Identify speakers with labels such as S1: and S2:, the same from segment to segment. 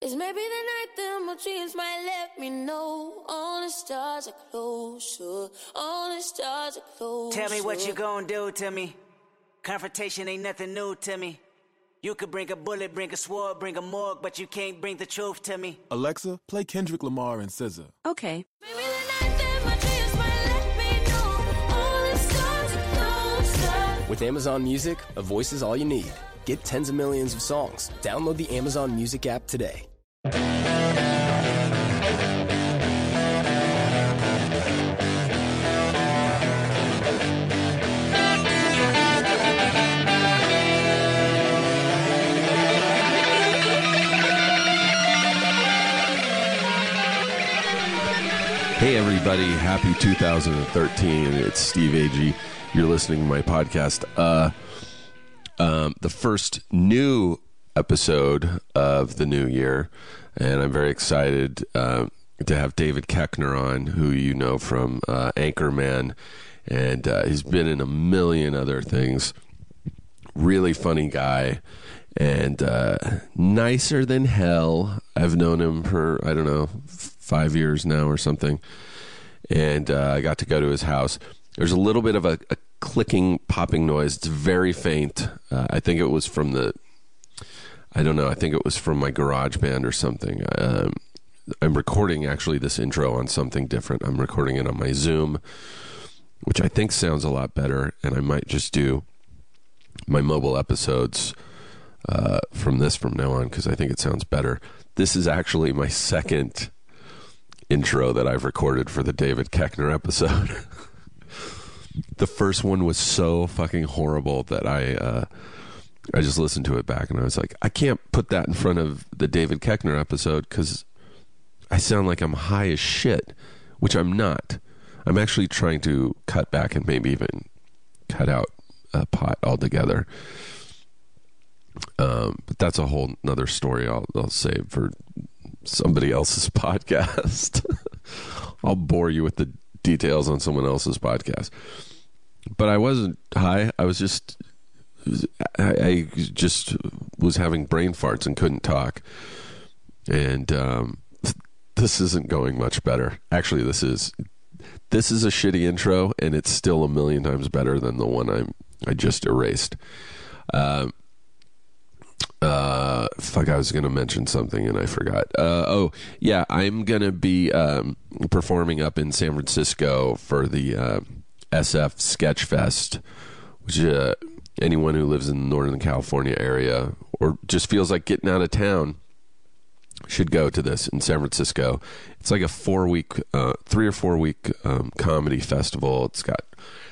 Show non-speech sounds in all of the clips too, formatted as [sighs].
S1: It's maybe the night that my dreams might let me know. All the stars are closer. All the stars are closer.
S2: Tell me what you gonna do to me. Confrontation ain't nothing new to me. You could bring a bullet, bring a sword, bring a morgue, but you can't bring the truth to me.
S3: Alexa, play Kendrick Lamar and SZA.
S4: Okay.
S1: Maybe the night that my dreams might let me know. All the stars are closer.
S5: With Amazon Music, a voice is all you need. Get tens of millions of songs. Download the Amazon Music app today.
S6: Hey, everybody. Happy 2013. It's Steve Agee. You're listening to my podcast. Uh, um, the first new episode of the new year. And I'm very excited uh, to have David Keckner on, who you know from uh, Anchorman. And uh, he's been in a million other things. Really funny guy and uh, nicer than hell. I've known him for, I don't know, five years now or something and uh, I got to go to his house. There's a little bit of a, a clicking, popping noise. It's very faint. Uh, I think it was from the, I don't know. I think it was from my garage band or something. Um, I'm recording actually this intro on something different. I'm recording it on my Zoom, which I think sounds a lot better. And I might just do my mobile episodes uh, from this from now on because I think it sounds better. This is actually my second intro that I've recorded for the David Keckner episode. [laughs] the first one was so fucking horrible that I uh, I just listened to it back and I was like, I can't put that in front of the David Keckner episode because I sound like I'm high as shit, which I'm not. I'm actually trying to cut back and maybe even cut out a pot altogether. Um, but that's a whole nother story I'll, I'll save for somebody else's [laughs] podcast. [laughs] I'll bore you with the details on someone else's podcast. But I wasn't high. I was just, I, I just was having brain farts and couldn't talk. And um, [laughs] this isn't going much better. Actually, this is this is a shitty intro, and it's still a million times better than the one I'm I just erased. Uh, fuck, I was going to mention something and I forgot. Uh, oh, yeah, I'm going to be um, performing up in San Francisco for the uh, SF Sketch Fest, which uh, anyone who lives in the Northern California area or just feels like getting out of town should go to this in San Francisco. It's like a four week, uh, three or four week um, comedy festival. It's got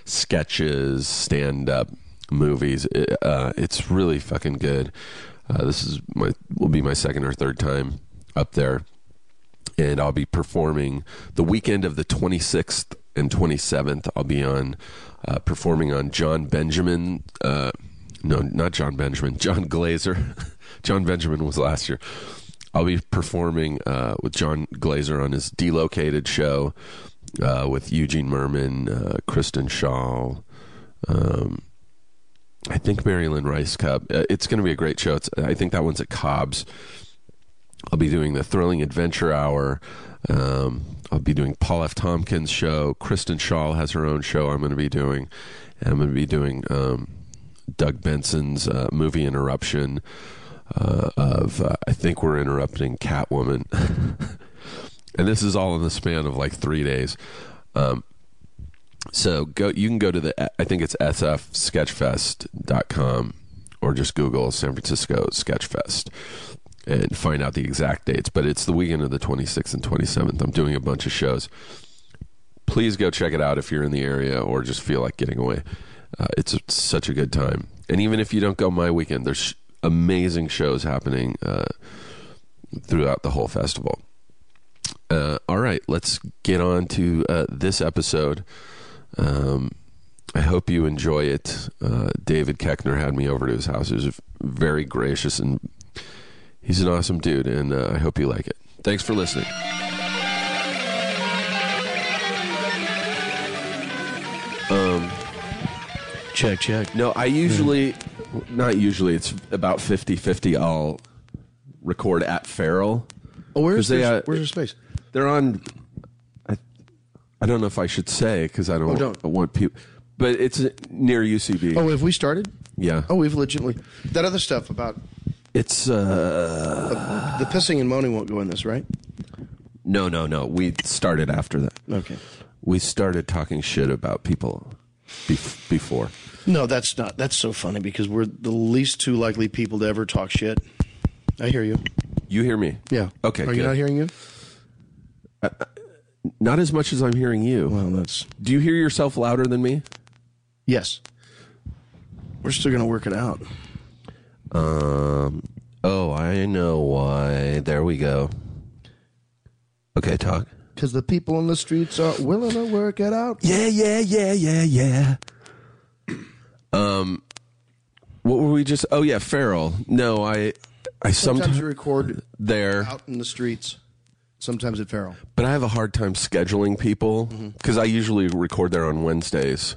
S6: sketches, stand up, movies. It, uh, it's really fucking good. Uh, this is my will be my second or third time up there, and I'll be performing the weekend of the twenty sixth and twenty seventh. I'll be on uh, performing on John Benjamin. Uh, no, not John Benjamin. [laughs] John Glazer. [laughs] John Benjamin was last year. I'll be performing uh, with John Glazer on his Delocated show uh, with Eugene Merman, uh, Kristen Shaw. Um, I think Maryland Rice Cup. Uh, It's going to be a great show. It's, I think that one's at Cobb's. I'll be doing the Thrilling Adventure Hour. Um, I'll be doing Paul F. Tompkins' show. Kristen Shaw has her own show. I'm going to be doing. And I'm going to be doing um, Doug Benson's uh, movie interruption uh, of. Uh, I think we're interrupting Catwoman, [laughs] and this is all in the span of like three days. Um, so go. You can go to the. I think it's sfsketchfest.com or just Google San Francisco Sketchfest and find out the exact dates. But it's the weekend of the 26th and 27th. I'm doing a bunch of shows. Please go check it out if you're in the area or just feel like getting away. Uh, it's such a good time. And even if you don't go my weekend, there's amazing shows happening uh, throughout the whole festival. Uh, all right, let's get on to uh, this episode. Um, I hope you enjoy it. Uh, David Keckner had me over to his house. He was very gracious and he's an awesome dude, and uh, I hope you like it. Thanks for listening.
S7: Check, check.
S6: No, I usually, not usually, it's about 50 50. I'll record at Farrell.
S4: Oh, where's
S6: 'Cause they,
S4: their-
S6: uh,
S4: where's your space?
S6: They're on. I, I don't know if I should say because I don't,
S4: Oh, don't.
S6: want people, but it's near UCB.
S4: Oh, have we started?
S6: yeah.
S4: Oh, we've legitimately that other stuff about
S6: it's uh,
S4: the pissing and moaning won't go in this, right?
S6: no, no, no. We started after that.
S4: Okay.
S6: We started talking shit about people bef- before.
S4: No, that's not. That's so funny because we're the least two likely people to ever talk shit. I hear you.
S6: You hear me?
S4: Yeah.
S6: Okay.
S4: Are
S6: good.
S4: you not hearing you?
S6: Not as much as I'm hearing you.
S4: Well, that's
S6: Do you hear yourself louder than me?
S4: yes. We're still gonna work it out.
S6: Um. Oh, I know why. There we go. Okay, talk.
S4: Because the people on the streets are willing to work it out.
S6: Yeah, yeah, yeah, yeah, yeah. Um, what were we just? Oh yeah, Farrell. No, I, I
S4: Sometimes
S6: sometimes
S4: you record
S6: there,
S4: out in the streets, sometimes at Farrell.
S6: but I have a hard time scheduling people
S4: Mm-hmm.
S6: because I usually record there on Wednesdays,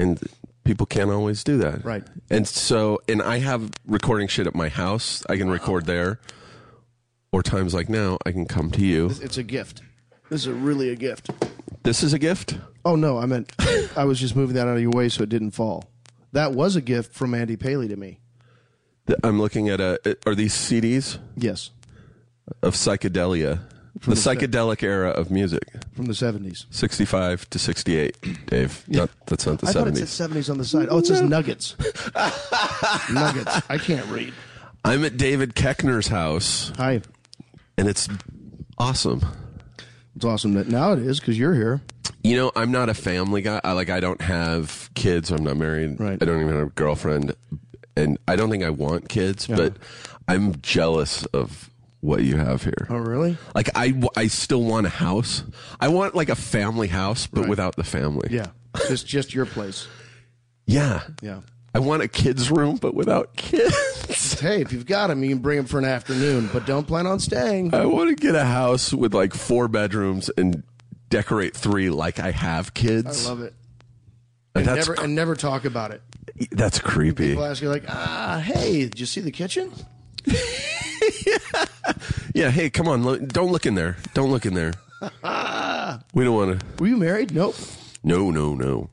S6: and people can't always do that.
S4: Right.
S6: And so, and I have recording shit at my house. I can record there, or times like now, I can come to you.
S4: It's a gift. This is a really a gift.
S6: This is a gift.
S4: Oh no, I meant I was just moving that out of your way so it didn't fall. That was a gift from Andy Paley to me.
S6: Th- I'm looking at a. Are these CDs?
S4: Yes,
S6: of psychedelia, the psychedelic era of music,
S4: from the seventies.
S6: 65 to 68, Dave. Not, that's not the
S4: I thought it said
S6: 70s.
S4: seventies on the side. Oh, it says [laughs] Nuggets. nuggets. I can't read.
S6: I'm at David Keckner's house,
S4: Hi.
S6: and it's awesome.
S4: It's awesome that now it is because you're here.
S6: You know, I'm not a family guy. I like I don't have kids. I'm not married.
S4: Right.
S6: I don't even have a girlfriend, and I don't think I want kids. But I'm jealous of what you have here.
S4: Oh, really?
S6: Like I, w- I still want a house. I want like a family house, but without the family.
S4: Yeah. Just just your place.
S6: Yeah.
S4: Yeah.
S6: I want a kids room, but without kids. [laughs]
S4: Hey, if you've got them, you can bring them for an afternoon, but don't plan on staying.
S6: I want to get a house with like four bedrooms and decorate three like I have
S4: I
S6: kids.
S4: love it.
S6: And
S4: And
S6: that's
S4: never and never talk about it.
S6: cre- that's creepy.
S4: People ask you like, ah, hey, did you see the kitchen?
S6: Yeah, hey, come on, lo- don't look in there. Don't look in
S4: [laughs]
S6: there. we don't want to.
S4: Were you married? Nope.
S6: No, no, no.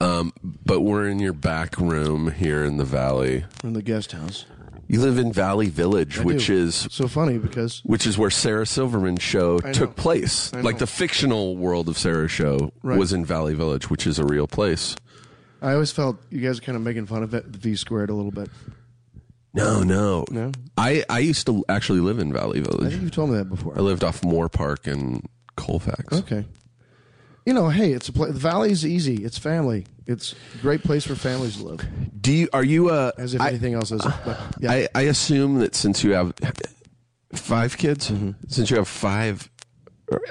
S6: Um, but we're in your back room here in the valley.
S4: From the guest house.
S6: You live in Valley Village, which
S4: do.
S6: is
S4: So funny because
S6: which is where Sarah Silverman's show took place. Like the fictional world of Sarah's show
S4: Right.
S6: was in Valley Village, which is a real place.
S4: I always felt you guys are kind of making fun of it, the V squared a little bit.
S6: No, no, no. I I used to actually live in Valley
S4: I
S6: Village.
S4: think you've told me that
S6: I
S4: before.
S6: lived off Moore Park in Colfax.
S4: Okay. You know, hey, it's a pla The valley's easy. It's family. It's a great place for families to live.
S6: Do you are you uh?
S4: As if
S6: I,
S4: anything else is. But yeah.
S6: I I assume that since you have five kids, since you have five,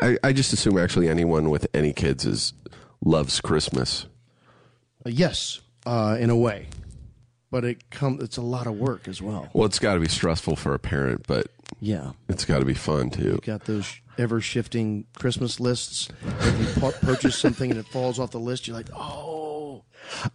S6: I I just assume actually anyone with any kids is loves Christmas.
S4: yes, uh, in a way, but it come. It's a lot of work as well.
S6: Well, it's got to be stressful for a parent, but
S4: Yeah.
S6: it's got to be fun too.
S4: Got those ever shifting Christmas lists. If you pu- purchase something and it falls off the list, you're like, oh.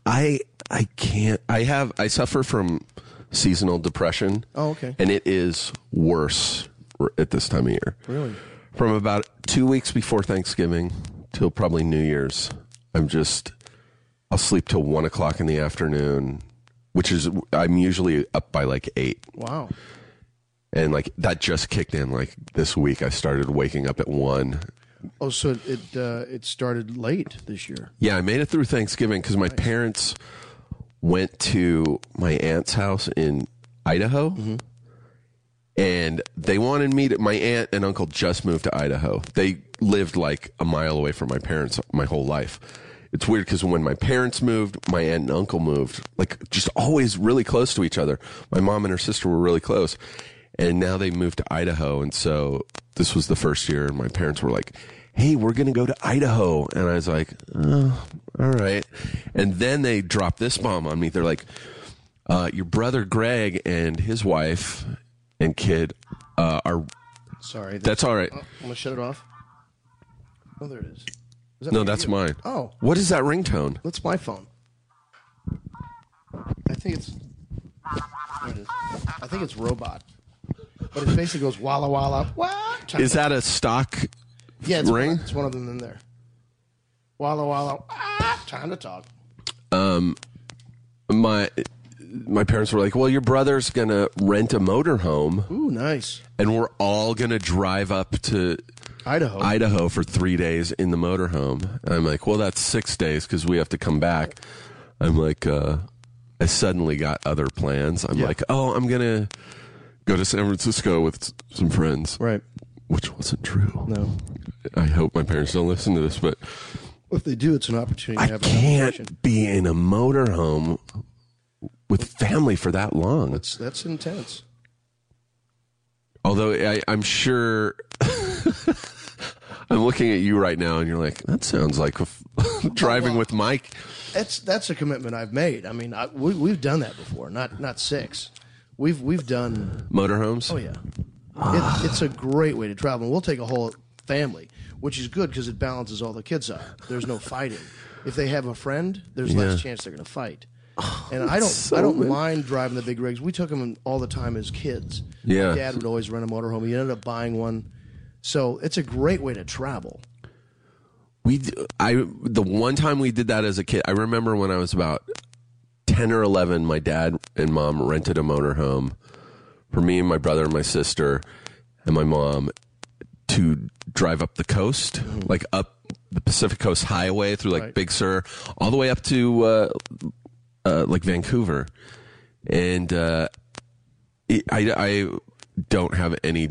S6: I I can't. I have. I suffer from seasonal depression.
S4: Oh, okay.
S6: And it is worse r- at this time of year.
S4: Really?
S6: From about two weeks before Thanksgiving till probably New Year's, I'm just. I'll sleep till one o'clock in the afternoon, which is I'm usually up by like eight,
S4: Wow.
S6: and like that just kicked in. Like this week, I started waking up at one.
S4: Oh, so it it, uh, it started late this year.
S6: Yeah, I made it through Thanksgiving because my parents went to my aunt's house in Idaho. And they wanted me to. My aunt and uncle just moved to Idaho. They lived like a mile away from my parents my whole life. It's weird because when my parents moved, my aunt and uncle moved, like just always really close to each other. My mom and her sister were really close. And now they moved to Idaho. And so this was the first year, and my parents were like, hey, we're going to go to Idaho. And I was like, oh, all right. And then they dropped this bomb on me. They're like, uh, your brother Greg and his wife and kid uh, are.
S4: Sorry.
S6: That's all right.
S4: Oh, I'm gonna shut it off. Oh, there it is. Is that
S6: No,
S4: for
S6: that's
S4: you?
S6: mine.
S4: Oh.
S6: What is that ringtone?
S4: That's my phone. I think it's. there it is. I think it's robot. but it basically goes walla walla. What?
S6: Is that a stock?
S4: yeah, it's
S6: ring?
S4: One, it's one of them in there. Walla walla. Ah, time to talk.
S6: My my parents were like, "Well, your brother's gonna rent a motorhome,
S4: Ooh, nice.
S6: and we're all gonna drive up to
S4: Idaho.
S6: Idaho for three days in the motorhome." And I'm like, "Well, that's six days because we have to come back." I'm like, uh, I suddenly got other plans. I'm like, "Oh, I'm gonna go to San Francisco with s- some friends,"
S4: right.
S6: which wasn't true.
S4: No.
S6: I hope my parents don't listen to this, but
S4: If they do, it's an opportunity
S6: I
S4: to have a conversation.
S6: can't be in a motorhome with family for that long.
S4: That's that's intense.
S6: Although I, I'm sure [laughs] I'm looking at you right now, and you're like, that sounds like a f- [laughs] driving with Mike.
S4: That's that's a commitment I've made. I mean, I, we, we've done that before. Not not six. We've we've done.
S6: Motorhomes.
S4: Oh yeah, it, it's a great way to travel. And we'll take a whole family, which is good because it balances all the kids out. There's no fighting. If they have a friend, there's less chance they're going to fight. And I don't I don't mind driving the big rigs. We took them all the time as kids. My
S6: Yeah.
S4: dad would always rent a motorhome. He ended up buying one. So it's a great way to travel.
S6: We, d- I, the one time we did that as a kid, I remember when I was about ten or eleven. My dad and mom rented a motorhome for me and my brother and my sister and my mom to drive up the coast,
S4: Mm-hmm.
S6: like up the Pacific Coast Highway through like Big Sur, all the way up to uh, uh, like Vancouver, and uh, it, I, I don't have any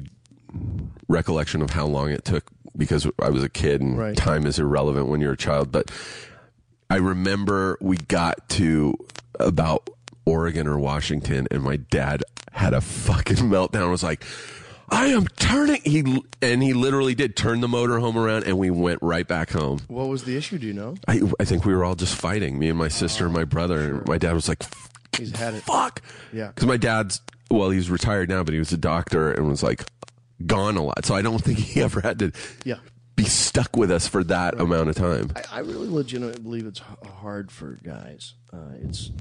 S6: recollection of how long it took because I was a kid and
S4: Right.
S6: time is irrelevant when you're a child. But I remember we got to about Oregon or Washington, and my dad had a fucking [laughs] meltdown. Was like, I am turning. He and he literally did turn the motorhome around, and we went right back home.
S4: What was the issue? Do you know?
S6: I, I think we were all just fighting. Me and my sister and my brother. And my dad was like,
S4: He's had it.
S6: fuck.
S4: Yeah.
S6: Because my dad's, well, he's retired now, but he was a doctor and was like gone a lot. So I don't think he [laughs] ever had to
S4: Yeah.
S6: be stuck with us for that amount of time.
S4: I, I really legitimately believe it's h- hard for guys. Uh, it's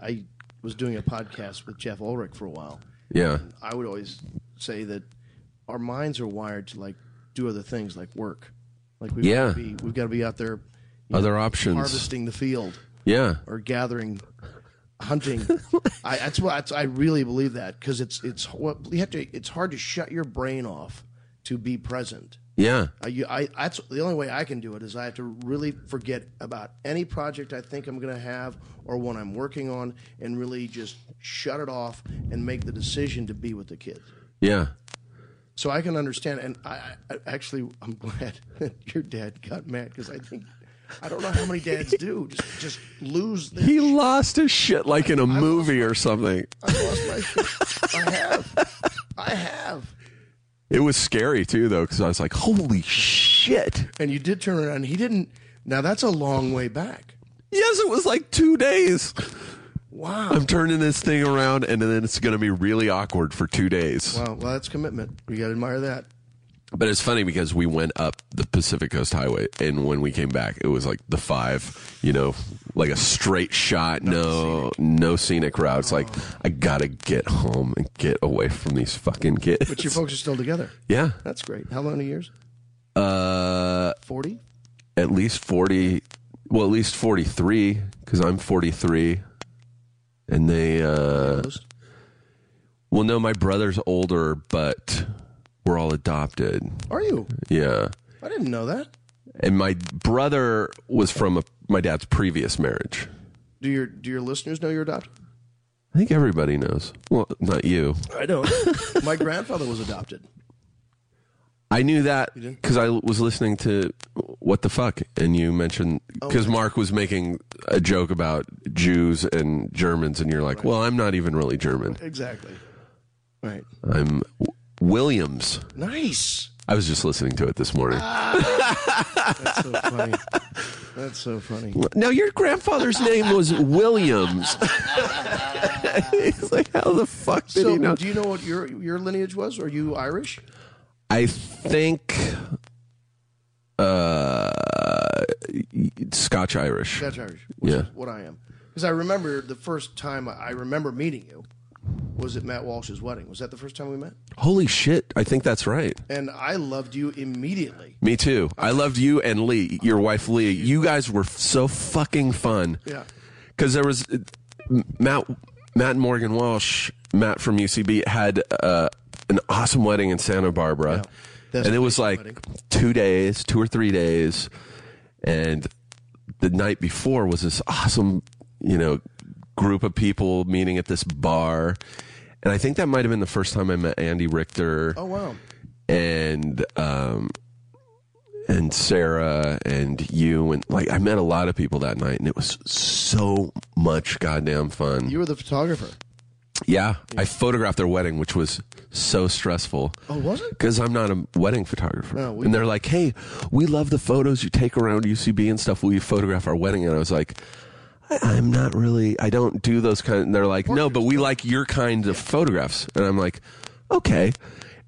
S4: I, I was doing a podcast with Jeff Ulrich for a while.
S6: yeah.
S4: I would always say that our minds are wired to like do other things, like work. Like we've
S6: Yeah.
S4: got to be, we've got to be out there you
S6: Other options.
S4: harvesting the field
S6: Yeah.
S4: or gathering, hunting. I, that's why that's- I really believe that because it's it's what you have to. It's hard to shut your brain off to be present.
S6: Yeah.
S4: I, you, I, that's the only way I can do it is I have to really forget about any project I think I'm going to have or one I'm working on, and really just shut it off and make the decision to be with the kids.
S6: Yeah.
S4: So I can understand, and I, I I- actually I'm glad that [laughs] your dad got mad because I think I don't know how many dads do just just lose. Their
S6: He lost his shit like in
S4: [laughs]
S6: a movie or something.
S4: I lost my shit. I have. I have.
S6: It was scary too, though, because I was like, holy shit.
S4: And you did turn around. He didn't. Now that's a long way back.
S6: Yes, it was like two days.
S4: Wow.
S6: I'm turning this thing around, and then it's going to be really awkward for two days.
S4: Wow. Uh, Well, that's commitment. You got to admire that.
S6: But it's funny because we went up the Pacific Coast Highway, and when we came back, it was like the five, you know, like a straight shot, no, no scenic route. It's like I gotta get home and get away from these fucking kids.
S4: But your folks are still together.
S6: yeah,
S4: That's great. How many years?
S6: uh,
S4: 40?
S6: at least forty, well, at least forty three, because I'm forty three, and they, uh,
S4: Most?
S6: well, no, my brother's older, but we're all adopted.
S4: Are you?
S6: Yeah.
S4: I didn't know that.
S6: And my brother was from a, my dad's previous marriage.
S4: Do your do your listeners know you're adopted?
S6: I think everybody knows. Well, not you.
S4: I don't. [laughs] My grandfather was adopted.
S6: I knew that because I was listening to What the Fuck, and you mentioned
S4: Oh,
S6: because Mark was making a joke about Jews and Germans, and you're like, well, I'm not even really German.
S4: Exactly. Right.
S6: I'm w- Williams.
S4: Nice.
S6: I was just listening to it this morning.
S4: Ah. That's so funny. That's so funny.
S6: Now, your grandfather's name was
S4: [laughs]
S6: Williams. [laughs] He's like, how the fuck did
S4: So,
S6: he know?
S4: do you know what your your lineage was? Are you Irish?
S6: I think uh, Scotch Irish.
S4: That's Irish. Which
S6: Yeah.
S4: is what I am. Because I remember the first time I I remember meeting you, was at Matt Walsh's wedding. Was that the first time we met?
S6: Holy shit! I think that's right.
S4: And I loved you immediately.
S6: Me too. I loved you and Lee, your wife Lee. You guys were f- so fucking fun.
S4: Yeah.
S6: Because there was M- Matt, Matt and Morgan Walsh, Matt from UCB had uh, an awesome wedding in Santa Barbara,
S4: Yeah. That's
S6: and it
S4: a
S6: was like
S4: great wedding.
S6: two days, two or three days, and the night before was this awesome, you know, group of people meeting at this bar. And I think that might have been the first time I met Andy Richter
S4: Oh wow.
S6: and um and Sarah and you and like I met a lot of people that night and it was so much goddamn fun.
S4: You were the photographer.
S6: yeah, I photographed their wedding which was so stressful.
S4: Oh,
S6: [laughs]
S4: was it?
S6: Cuz I'm not a wedding photographer.
S4: No, we-
S6: and they're like, "Hey, we love the photos you take around UCB and stuff. Will you photograph our wedding?" And I was like, "I- I'm not really. I don't do those kind. And they're like, no, but we like your kind of photographs. And I'm like, okay.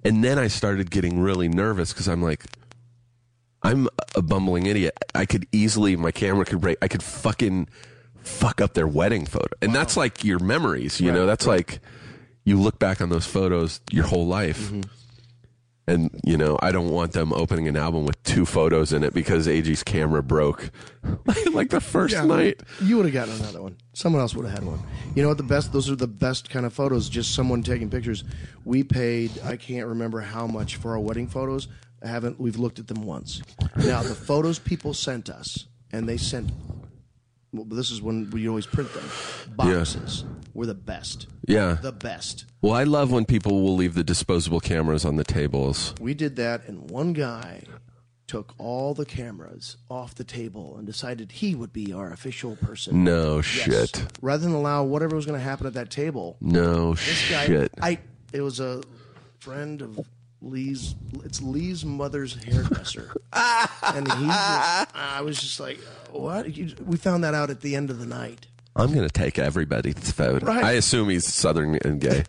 S6: And then I started getting really nervous because I'm like, I'm a bumbling idiot. I could easily, my camera could break. I could fucking fuck up their wedding photo. And that's like your memories, you know? That's like you look back on those photos your whole life.
S4: Mm-hmm.
S6: And, you know, I don't want them opening an album with two photos in it because AG's camera broke [laughs] like the first night.
S4: You would have gotten another one. Someone else would have had one. You know what? The best. Those are the best kind of photos. Just someone taking pictures. We paid. I can't remember how much for our wedding photos. I haven't. We've looked at them once. Now the photos people sent us, and they sent. Well, this is when we always print them. Boxes were the best.
S6: Yeah.
S4: The best.
S6: Well, I love when people will leave the disposable cameras on the tables.
S4: We did that, and one guy took all the cameras off the table and decided he would be our official person.
S6: No
S4: Yes.
S6: shit.
S4: Rather than allow whatever was going to happen at that table,
S6: No
S4: this guy,
S6: shit.
S4: I, it was a friend of Lee's. It's Lee's mother's
S6: [laughs]
S4: hairdresser, and he. Was, I was just like, what? You, we found that out at the end of the night. [laughs]
S6: I'm going to take everybody's photo.
S4: Right.
S6: I assume he's Southern and gay.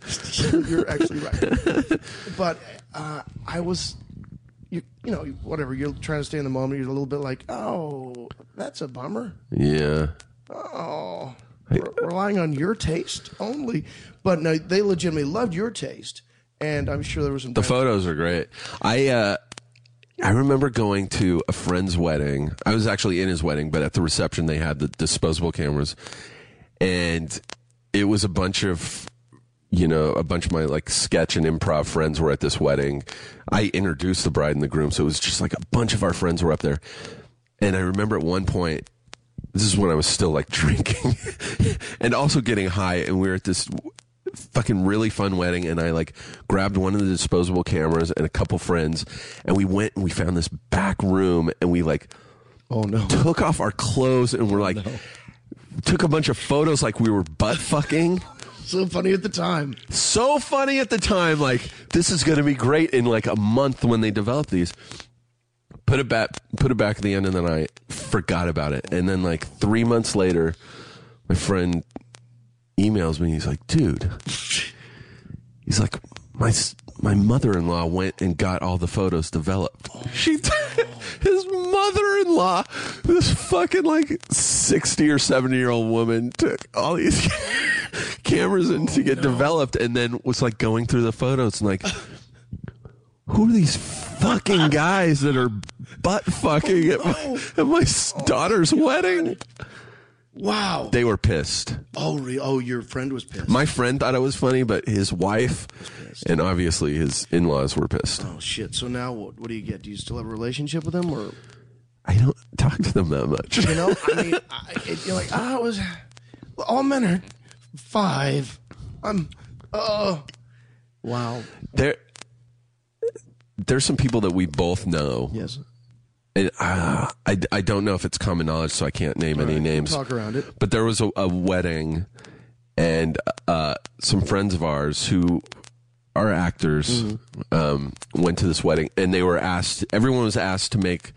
S4: You're actually right,
S6: [laughs]
S4: but uh, I was. You, you know, whatever. You're trying to stay in the moment. You're a little bit like, oh, that's a bummer.
S6: yeah.
S4: Oh, re- relying on your taste only. But no, they legitimately loved your taste, and I'm sure there was some.
S6: The photos are great. I uh, I remember going to a friend's wedding. I was actually in his wedding, but at the reception they had the disposable cameras, and it was a bunch of you know a bunch of my like sketch and improv friends were at this wedding. I introduced the bride and the groom, so it was just like a bunch of our friends were up there, and I remember at one point this is when I was still like [laughs] drinking and also getting high. And we were at this fucking really fun wedding. And I like grabbed one of the disposable cameras and a couple friends. And we went and we found this back room and we like
S4: Oh no. Oh,
S6: took off our clothes and we're like, took a bunch of photos like we were butt fucking.
S4: so funny at the time.
S6: so funny at the time. Like this is going to be great in like a month when they develop these. Put it back. Put it back at the end, and then I forgot about it. And then like three months later, my friend emails me. He's like, "Dude," he's like, "My s- my mother in law went and got all the photos developed. She." His mother-in-law, this fucking like sixty or seventy-year-old woman, took all these [laughs] cameras and to get developed, and then was like going through the photos and like, who are these fucking guys that are butt fucking at my, at my s- daughter's wedding?
S4: Wow.
S6: They were pissed.
S4: oh, re- oh, your friend was pissed.
S6: My friend thought it was funny, but his wife and obviously his in laws were pissed.
S4: oh shit. So now what? What do you get? Do you still have a relationship with him,
S6: [laughs]
S4: or
S6: I don't talk to them that much.
S4: you know? I mean, I, it, you're like, ah, it was. All men are five. I'm. Oh. Wow.
S6: There, there's some people that we both know.
S4: Yes.
S6: And, uh, I, I don't know if it's common knowledge, so I can't name any names.
S4: Talk around it.
S6: but there was a, a wedding and uh, some friends of ours who are actors
S4: Mm-hmm.
S6: um, went to this wedding and they were asked everyone was asked to make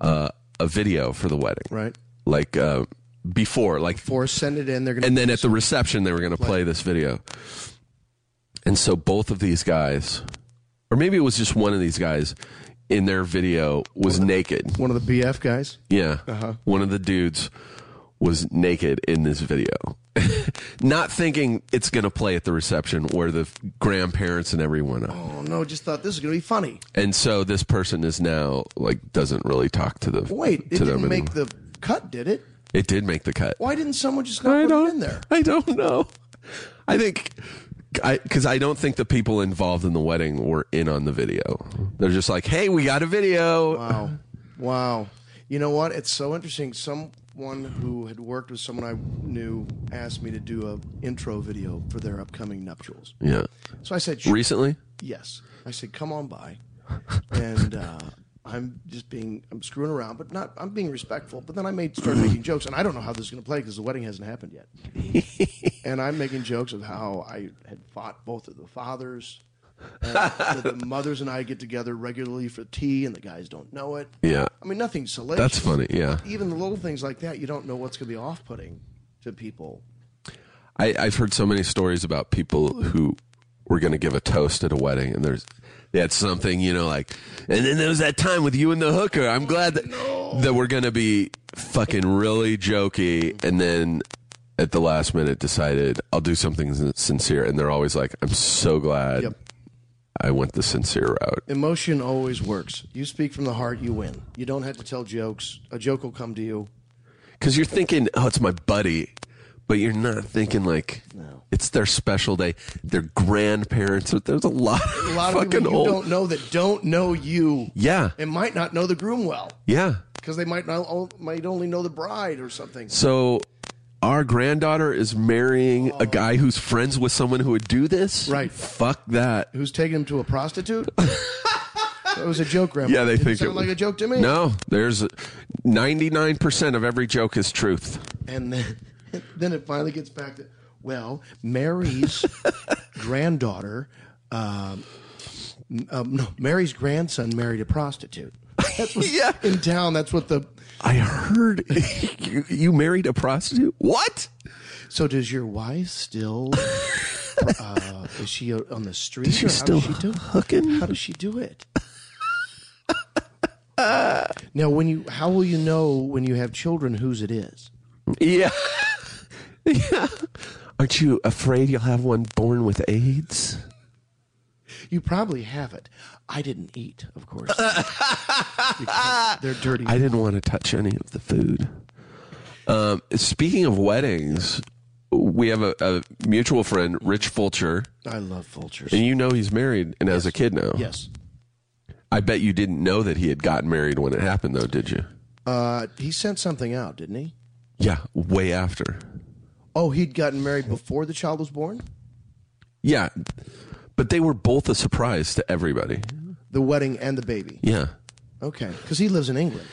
S6: uh, a video for the wedding
S4: Right.
S6: like uh, before like
S4: Or send it in. They're gonna.
S6: and
S4: [laughs]
S6: then at the reception, they were going to play this video. And so both of these guys, or maybe it was just one of these guys, in their video was naked.
S4: one of the BF guys.
S6: Yeah. One of the dudes was naked in this video. [laughs] Not thinking it's going to play at the reception where the grandparents and everyone are.
S4: Oh no, just thought this is gonna be funny.
S6: And so this person is now like doesn't really talk to the
S4: Wait, it
S6: to
S4: didn't
S6: them
S4: make
S6: anymore.
S4: the cut, did it?
S6: it did make the cut.
S4: Why didn't someone just
S6: I
S4: not put
S6: don't
S4: it in there?
S6: I don't know. I think I because I don't think the people involved in the wedding were in on the video. They're just like, hey, we got a video.
S4: Wow. [laughs] Wow. You know what? It's so interesting. Someone who had worked with someone I knew asked me to do a intro video for their upcoming nuptials.
S6: Yeah.
S4: So I said, sure,
S6: Recently.
S4: yes. I said, come on by. And uh, I'm just being, I'm screwing around, but not, I'm being respectful. But then I made start making jokes, and I don't know how this is going to play because the wedding hasn't happened yet.
S6: [laughs]
S4: and I'm making jokes of how I had fought both of the fathers. and that the mothers and I get together regularly for tea, and the guys don't know it.
S6: Yeah.
S4: I mean, nothing salacious.
S6: That's funny. Yeah.
S4: Even the little things like that, you don't know what's going to be off-putting to people.
S6: I, I've heard so many stories about people who were going to give a toast at a wedding, and there's they had something, you know, like, and then there was that time with you and the hooker. I'm glad that
S4: Oh,
S6: that we're going to be fucking really jokey, and then at the last minute decided I'll do something sin- sincere, and they're always like, I'm so glad
S4: Yep.
S6: I went the sincere route.
S4: Emotion always works. You speak from the heart, you win. You don't have to tell jokes. A joke will come to you.
S6: Because you're thinking, oh, it's my buddy, but you're not thinking like it's their special day. Their grandparents. There's a lot,
S4: A lot of
S6: fucking
S4: people you
S6: old.
S4: don't know that don't know you
S6: yeah,
S4: and might not know the groom well
S6: yeah.
S4: because they might not might only know the bride or something.
S6: So our granddaughter is marrying a guy who's friends with someone who would do this.
S4: Right.
S6: Fuck that.
S4: Who's taking him to a prostitute? that was a joke, Grandma.
S6: Yeah, they
S4: Didn't
S6: think
S4: sound
S6: it
S4: like a joke to me.
S6: No, there's 99% of every joke is truth.
S4: and then [laughs] then it finally gets back to well
S6: [laughs]
S4: mary's granddaughter um, um, no mary's grandson married
S6: [laughs]
S4: a prostitute that's what,
S6: Yeah.
S4: in town that's what the
S6: I heard [laughs] you, you married a prostitute. What?
S4: so does your
S6: [laughs]
S4: wife still uh, is she uh, on the street
S6: she
S4: or
S6: still
S4: how does she do
S6: hooking?
S4: how does she do it now when you how will you know when you have children whose it is
S6: Yeah. [laughs] yeah. Aren't you afraid you'll have one born with AIDS?
S4: You probably have it. I didn't eat,
S6: [laughs]
S4: of course. Because they're dirty.
S6: I didn't want to touch any of the food. Um, speaking of weddings, we have a, a mutual friend, Rich Fulcher,
S4: I love vultures.
S6: and you know he's married and has a kid now.
S4: Yes.
S6: I bet you didn't know that he had gotten married when it happened, though, did you?
S4: Uh, he sent something out, didn't he?
S6: Yeah, way after.
S4: Oh, he'd gotten married before the child was born?
S6: Yeah, but they were both a surprise to everybody.
S4: The wedding and the baby.
S6: Yeah.
S4: Okay. Because he lives in England.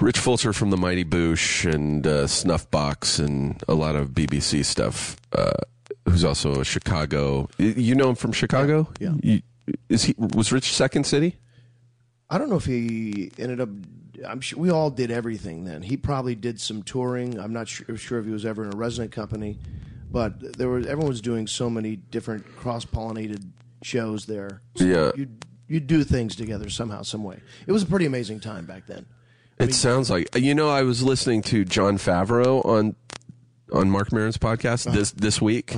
S6: Rich Fulcher from the Mighty Boosh and uh, Snuffbox and a lot of BBC stuff. Uh, who's also a Chicago? You know him from Chicago?
S4: Yeah.
S6: You- is he was Rich second city?
S4: I don't know if he ended up. I'm sure we all did everything then. He probably did some touring. I'm not sure, sure if he was ever in a resident company, but there was everyone was doing so many different cross pollinated shows there. So
S6: Yeah.
S4: you you do things together somehow, some way. It was a pretty amazing time back then.
S6: It sounds like uh, you know. I was listening to John Favreau on on Mark Maron's podcast
S4: Uh-huh.
S6: this this week,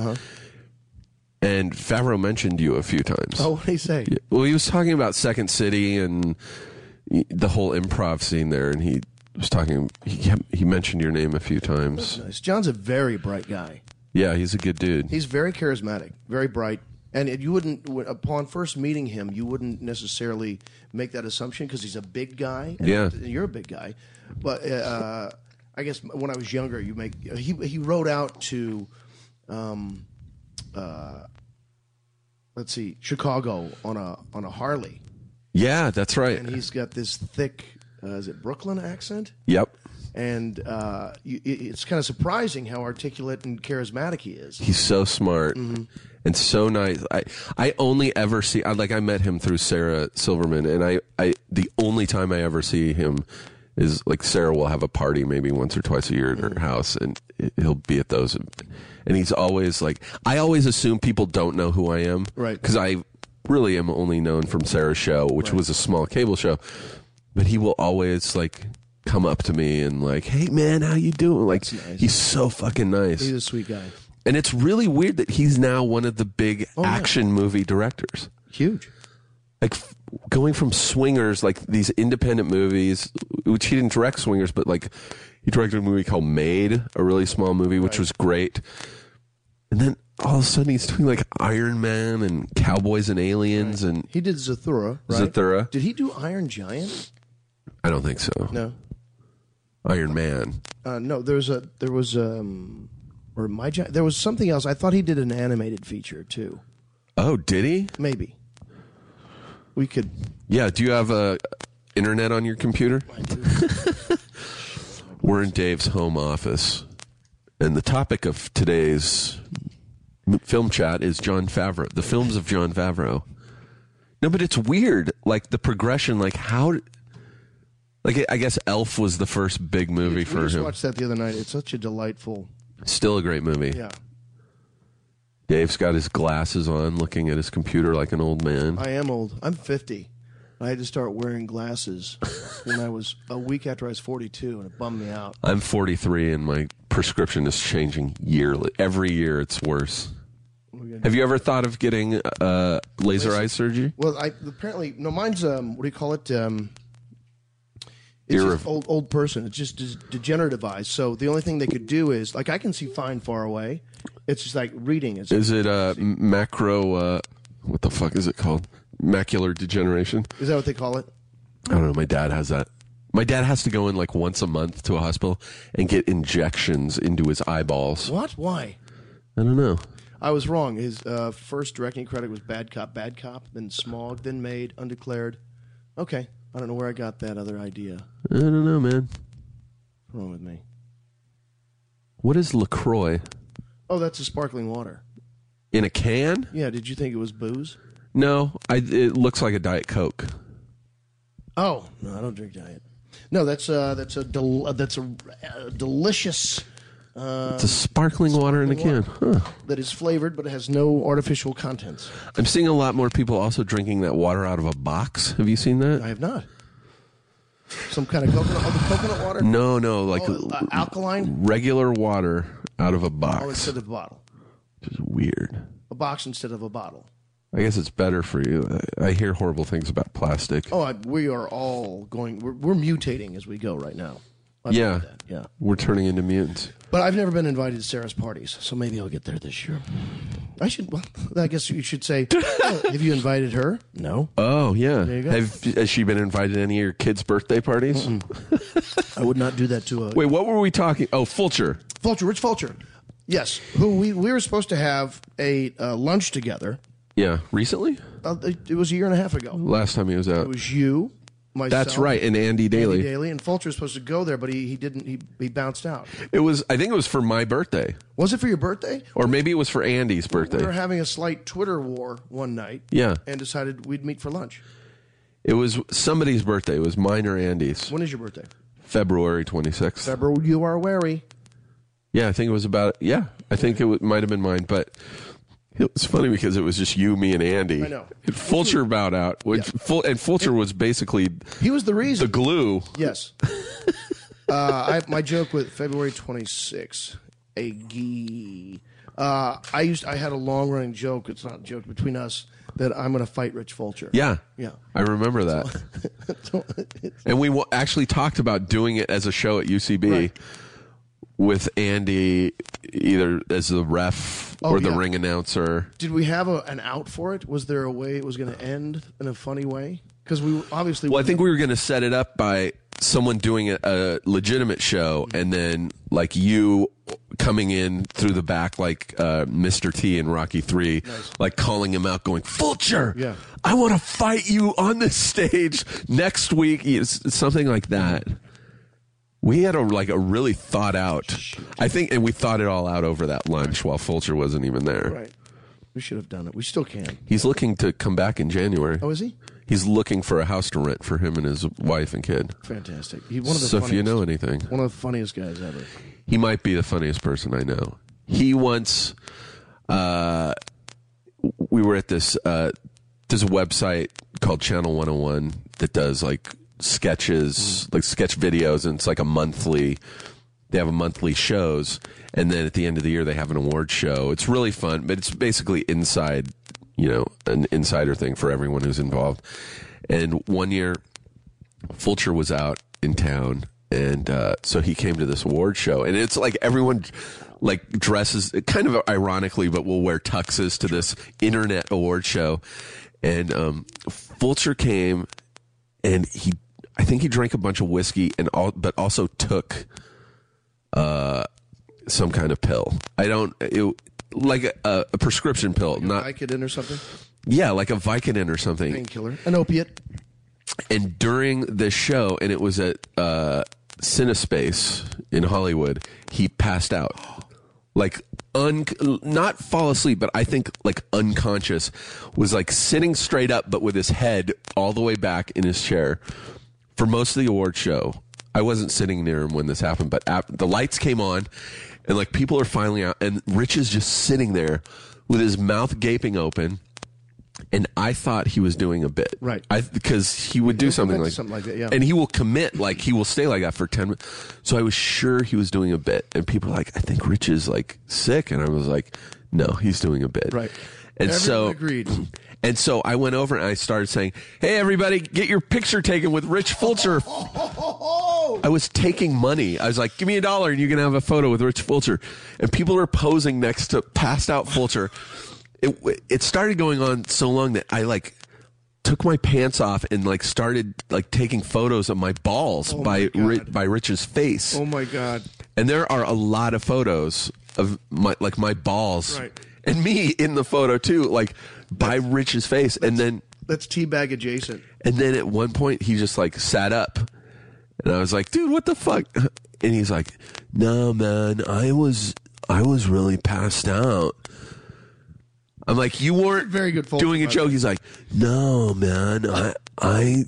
S6: and Favreau mentioned you a few times.
S4: Oh, what do you say?
S6: Well, he was talking about Second City and the whole improv scene there, and he was talking. He kept, he mentioned your name a few times.
S4: Nice. John's a very bright guy.
S6: Yeah, he's a good dude.
S4: He's very charismatic, very bright. And it, you wouldn't, w- upon first meeting him, you wouldn't necessarily make that assumption because he's a big guy. and
S6: Yeah.
S4: you're a big guy. But uh, I guess when I was younger, you make he he rode out to, um, uh, let's see, Chicago on a on a Harley,
S6: yeah, that's right.
S4: and he's got this thick, uh, is it Brooklyn accent?
S6: Yep.
S4: And uh, you, it- it's kind of surprising how articulate and charismatic he is.
S6: He's so smart
S4: Mm-hmm.
S6: and so nice. I I only ever see I like I met him through Sarah Silverman and I I the only time I ever see him is like Sarah will have a party maybe once or twice a year at
S4: Mm-hmm.
S6: her house and he'll be at those and he's always like I always assume people don't know who I am
S4: Right.
S6: cuz I really am only known from Sarah's show which was a small cable show but he will always like come up to me and like, "Hey man, how you doing?" Like he's so fucking nice.
S4: He's a sweet guy.
S6: and it's really weird that he's now one of the big
S4: Oh, yeah.
S6: action movie directors.
S4: Huge.
S6: Like f- going from Swingers, like these independent movies, which he didn't direct Swingers, but like he directed a movie called Made, a really small movie, which was great. And then all of a sudden he's doing like Iron Man and Cowboys and Aliens and
S4: He did Zathura, right?
S6: Zathura.
S4: Did he do Iron Giant?
S6: I don't think so.
S4: No.
S6: Iron Man.
S4: Uh, no, there was a there was um or my Giant. There was something else. I thought he did an animated feature too.
S6: Oh, did he?
S4: Maybe. We could
S6: Yeah. Do you have uh, internet on your
S4: [laughs]
S6: computer? We're in Dave's home office, and the topic of today's m- film chat is John Favreau, the films of John Favreau. No, but it's weird, like the progression, like how, like I guess Elf was the first big movie
S4: we
S6: for
S4: just
S6: him.
S4: watched that the other night. It's such a delightful
S6: Still a great movie.
S4: yeah.
S6: Dave's got his glasses on, looking at his computer like an old man.
S4: I am old. I'm 50. I had to start wearing glasses when I was a week after I was 42, and it bummed me out.
S6: I'm 43 and my prescription is changing yearly. Every year it's worse. Have you ever thought of getting uh, laser eye surgery?
S4: Well, I apparently no. Mine's um, what do you call it? Um, it's
S6: Irrev-
S4: just old old person. It's just des- degenerative eyes. So the only thing they could do is like I can see fine far away. It's just like reading. Is
S6: Is it uh, m- macro? Uh, what the fuck is it called? Macular degeneration?
S4: is that what they call it?
S6: I don't know. My dad has that. My dad has to go in like once a month to a hospital and get injections into his eyeballs.
S4: What? Why?
S6: I don't know.
S4: I was wrong. His uh, first directing credit was Bad Cop, Bad Cop, then Smog, then Made, Undeclared. Okay, I don't know where I got that other idea. What's
S6: I don't know, man.
S4: wrong with me?
S6: What is Lacroix
S4: Oh, that's a sparkling water.
S6: in a can?
S4: Yeah, did you think it was booze?
S6: No, I, it looks like a diet coke.
S4: Oh no, I don't drink diet. No, that's uh, that's a del- uh, that's a uh, delicious uh,
S6: It's a sparkling water in a can. Huh.
S4: that is flavored but it has no artificial contents.
S6: I'm seeing a lot more people also drinking that water out of a box. Have you seen that?
S4: I have not. Some kind of coconut, oh, the coconut water,
S6: no, no, like
S4: Oh, uh, oh, alkaline,
S6: regular water out of a
S4: or
S6: box.
S4: instead of a bottle,
S6: Which is weird.
S4: a box instead of a bottle.
S6: I guess it's better for you. I I hear horrible things about plastic.
S4: Oh, I, we are all going. We're, we're mutating as we go right now. I've
S6: yeah.
S4: heard that, yeah.
S6: We're turning into mutants.
S4: But I've never been invited to Sarah's parties, so maybe I'll get there this year. I should. Well, I guess you should say, [laughs] "Oh, have you invited her? No,
S6: Oh, yeah.
S4: you go.
S6: Have, has she been invited to any of your kids' birthday parties?
S4: I would not do that to a
S6: Wait, what were we talking? Oh, Fulcher.
S4: Fulcher, Rich Fulcher. Yes, who we, we were supposed to have a uh, lunch together.
S6: Yeah. Recently?
S4: Uh, it, it was a year and a half ago.
S6: Last time he was out.
S4: It was you, myself.
S6: That's right. And Andy Daly.
S4: Daily. Daly and Fulcher was supposed to go there, but he, he didn't. He, he bounced out.
S6: It was, I think it was for my birthday.
S4: Was it for your birthday?
S6: Or maybe it was for Andy's birthday.
S4: We were having a slight Twitter war one night.
S6: Yeah.
S4: And decided we'd meet for lunch.
S6: It was somebody's birthday. It was mine or Andy's.
S4: When is your birthday?
S6: February 26th.
S4: February. You are wary.
S6: yeah, I think it was about, yeah, I think it w- might have been mine, but it was funny because it was just you, me, and Andy.
S4: I know.
S6: And Fulcher bowed out, which, Ful- and Fulcher was basically
S4: He was the reason.
S6: the glue.
S4: Yes. [laughs] uh, I, my joke with February 26, a gee. Uh, I used I had a long running joke. It's not a joke between us that I'm going to fight Rich Fulcher.
S6: Yeah.
S4: Yeah.
S6: I remember that.
S4: [laughs]
S6: and we w- actually talked about doing it as a show at UCB
S4: Right.
S6: with Andy either as the ref
S4: Oh,
S6: or the
S4: yeah.
S6: ring announcer.
S4: Did we have a, an out for it? Was there a way it was going to end in a funny way? Because we obviously.
S6: Well, I think we were going to set it up by someone doing a, a legitimate show and then like you coming in through the back like uh, Mr. T in Rocky 3 like calling him out going Fulcher
S4: Yeah.
S6: I want to fight you on this stage [laughs] next week you know, s- something like that we had a like a really thought out I think and we thought it all out over that lunch while Fulcher wasn't even there
S4: Right. We should have done it. We still can.
S6: he's looking to come back in January
S4: Oh, is he?
S6: he's looking for a house to rent for him and his wife and kid
S4: Fantastic. He's one of the
S6: so
S4: funniest,
S6: if you know anything,
S4: one of the funniest guys ever.
S6: he might be the funniest person I know. He once, uh, we were at this uh, there's a website called Channel 101 that does like
S4: Mm.
S6: sketches, like sketch videos, and it's like a monthly. They have a monthly shows, and then at the end of the year they have an award show. It's really fun, but it's basically inside, you know, an insider thing for everyone who's involved. And one year, Fulcher was out in town, and uh, so he came to this award show, and it's like everyone like dresses kind of ironically, but will wear tuxes to this internet award show. And um, Fulcher came, and he, I think he drank a bunch of whiskey, and all, but also took uh, some kind of pill. I don't it, like a, a prescription pill, not
S4: Vicodin or something,
S6: yeah, like a Vicodin or something
S4: painkiller, an opiate.
S6: and during the show, and it was at uh, CineSpace in Hollywood, he passed out, like un not fall asleep, but I think like unconscious, was like sitting straight up, but with his head all the way back in his chair for most of the award show. I wasn't sitting near him when this happened, but ap- the lights came on, and like people are finally out, and Rich is just sitting there with his mouth gaping open. And I thought he was doing a bit,
S4: Right.
S6: I because he would do something
S4: commit
S6: like
S4: to something like that, yeah.
S6: and he will commit like he will stay like that for ten minutes. So I was sure he was doing a bit, and people were like, I think Rich is like sick, and I was like, No, he's doing a bit,
S4: Right.
S6: And
S4: Everyone
S6: so
S4: agreed.
S6: [clears throat] And so I went over and I started saying, "Hey, everybody, get your picture taken with Rich Fulcher." I was taking money. I was like, "Give me a dollar, and you can have a photo with Rich Fulcher." And people were posing next to passed out Fulcher. It it started going on so long that I like took my pants off and like started like taking photos of my balls by ri- by Rich's face.
S4: Oh my god!
S6: And there are a lot of photos of my like my balls
S4: Right.
S6: and me in the photo too, like by Rich's face. And then
S4: That's teabag adjacent.
S6: and then at one point he just like sat up, and I was like, dude, what the fuck? [laughs] And he's like, no man, I was I was really passed out. I'm like, you weren't
S4: Very good Fulcher,
S6: doing a
S4: by the
S6: joke.
S4: way.
S6: He's like, no man, I I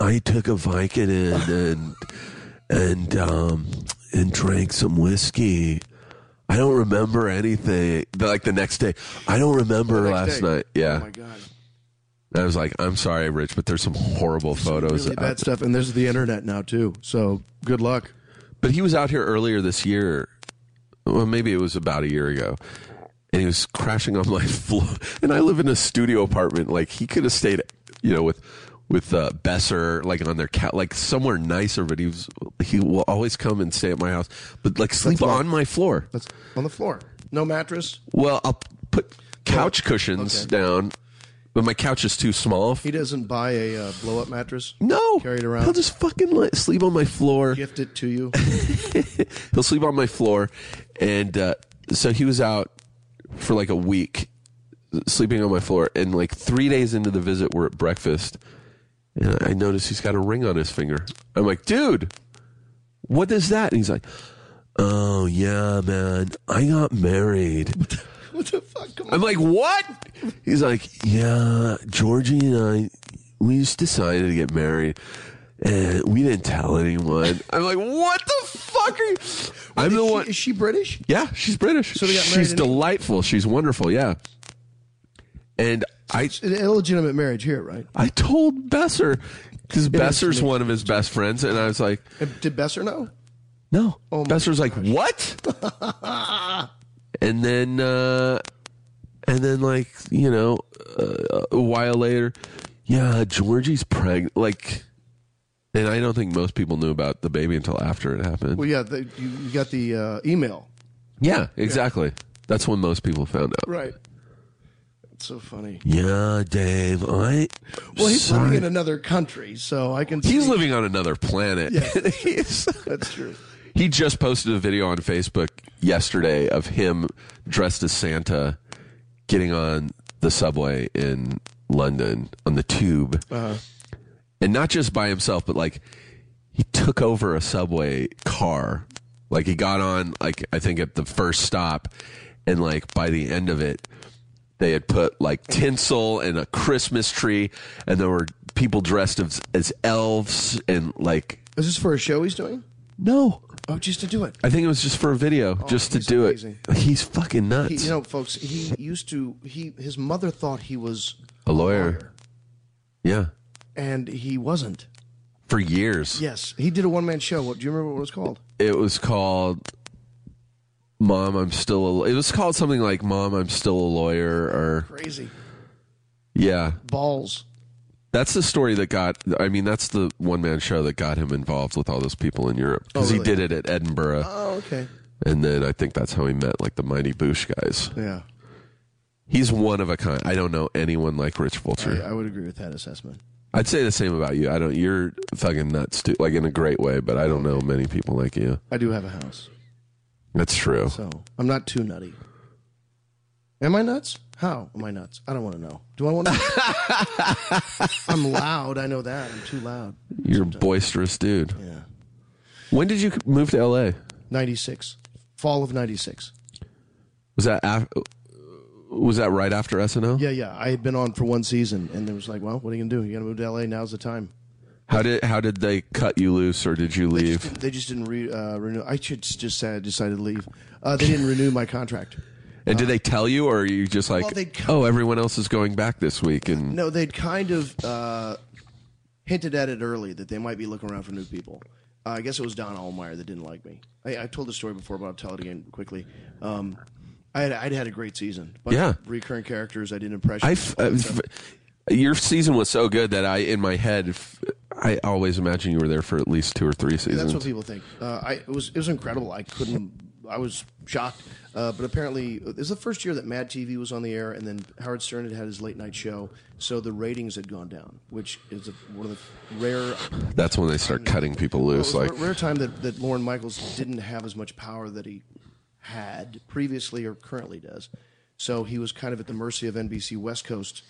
S6: I took a Vicodin and and um and drank some whiskey. I don't remember anything. Like the next day, I don't remember last
S4: next day.
S6: night. Yeah,
S4: Oh my god!
S6: I was like, I'm sorry, Rich, but there's some horrible photos.
S4: Really
S6: out
S4: bad stuff, and there's the internet now too. So good luck.
S6: But he was out here earlier this year. Well, maybe it was about a year ago. And he was crashing on my [laughs] floor. And I live in a studio apartment. Like he could have stayed, you know, with with uh, Besser, like on their cat, like somewhere nicer. But he was he will always come and stay at my house, but like sleep
S4: why-
S6: on my floor.
S4: That's on the floor. No mattress.
S6: Well, I'll put couch cushions
S4: okay.
S6: down, but my couch is too small.
S4: He doesn't buy a uh, blow up mattress.
S6: no,
S4: Carry it around.
S6: He'll just fucking li- sleep on my floor.
S4: Gift it to you. [laughs]
S6: he'll sleep on my floor and uh, so he was out for like a week sleeping on my floor and like three days into the visit we're at breakfast and i notice he's got a ring on his finger i'm like dude what is that and he's like oh yeah man i got married
S4: what the fuck? Come on.
S6: I'm like, what? He's like, yeah, Georgie and I, we just decided to get married. And we didn't tell anyone. I'm like, what the fuck are you? I'm the
S4: Is she-
S6: one.
S4: Is she British?
S6: Yeah, she's British.
S4: they got married
S6: she's
S4: in-
S6: delightful. She's wonderful. Yeah. And I,
S4: It's an illegitimate marriage here, right?
S6: I told Besser because Besser's one of his best friends, and I was like, Oh
S4: And Uh, Did Besser know?
S6: No.
S4: my
S6: Besser's like, what? [laughs] and then, uh, and then like, you know, uh, a while later, yeah, Georgie's pregnant. Like, and I don't think most people knew about the baby until after it happened.
S4: Well, yeah. The, you, you got the uh, email,
S6: yeah, exactly. That's when most people found out.
S4: right? It's so funny.
S6: Yeah, Dave, I.
S4: Well, he's
S6: sorry.
S4: living in another country, so I can.
S6: He's
S4: see-
S6: living on another planet.
S4: Yeah. [laughs]
S6: He's-
S4: That's true.
S6: He just posted a video on Facebook yesterday of him dressed as Santa getting on the subway in London on the tube. And not just by himself, but like he took over a subway car. Like he got on like I think at the first stop and like by the end of it they had put like tinsel and a Christmas tree and there were people dressed as, as elves and like
S4: Is this for a show he's doing?
S6: no
S4: Oh, just to do it.
S6: I think it was just for a video, just to
S4: he's
S6: do
S4: amazing.
S6: it. He's fucking nuts.
S4: He, you know, folks, he used to. He his mother thought he was,
S6: a lawyer. Yeah.
S4: and he wasn't.
S6: for years.
S4: Yes, he did a one man show. What do you remember? What it was called?
S6: It was called Mom, I'm Still a L-" It was called something like Mom, I'm Still a Lawyer or
S4: Crazy
S6: yeah.
S4: balls.
S6: That's the story that got I mean that's the one man show that got him involved with all those people in Europe cuz
S4: Oh, really?
S6: he did it at Edinburgh
S4: Oh, okay.
S6: and then I think that's how he met like the Mighty Boosh guys.
S4: Yeah,
S6: He's one of a kind. I don't know anyone like Rich Vulture.
S4: I, I would agree with that assessment.
S6: I'd say the same about you. I don't. You're fucking nuts, dude. Like in a great way, but I don't know many people like you.
S4: I do have a house,
S6: That's true.
S4: so I'm not too nutty. Am I nuts? How am I nuts? I don't want to know. Do I want to? [laughs] I'm loud. I know that. I'm too loud.
S6: You're a boisterous dude.
S4: Yeah.
S6: When did you move to LA?
S4: '96, fall of '96.
S6: Was that af- was that right after SNL?
S4: Yeah, yeah. I had been on for one season, and it was like, well, what are you gonna do? You gotta move to LA. Now's the time.
S6: How did how did they cut you loose, or did you
S4: They just
S6: leave?
S4: didn't, they just didn't re, uh, renew. I should s- just say I decided to leave. Uh, they didn't renew my contract.
S6: And did they tell you, or are you just like,
S4: Well, they'd cut-
S6: oh, everyone else is going back this week? And
S4: No, they'd kind of uh, hinted at it early that they might be looking around for new people. Uh, I guess it was Don Allmeyer that didn't like me. I, I told the story before, but I'll tell it again quickly. Um, I had, I'd had a great season. Bunch
S6: Yeah.
S4: of recurring characters. I did impressions.
S6: I f- uh, [laughs] f- your season was so good that I in my head, f- I always imagine you were there for at least two or three seasons.
S4: That's what people think. Uh, I it was it was incredible. I couldn't. I was shocked. Uh, but apparently, it was the first year that Mad TV was on the air, and then Howard Stern had had his late night show, so the ratings had gone down, which is a, one of the rare.
S6: That's when they start cutting people
S4: It
S6: loose. Like
S4: was a rare time that, that Lauren Michaels didn't have as much power that he had previously or currently does. So he was kind of at the mercy of NBC West Coast,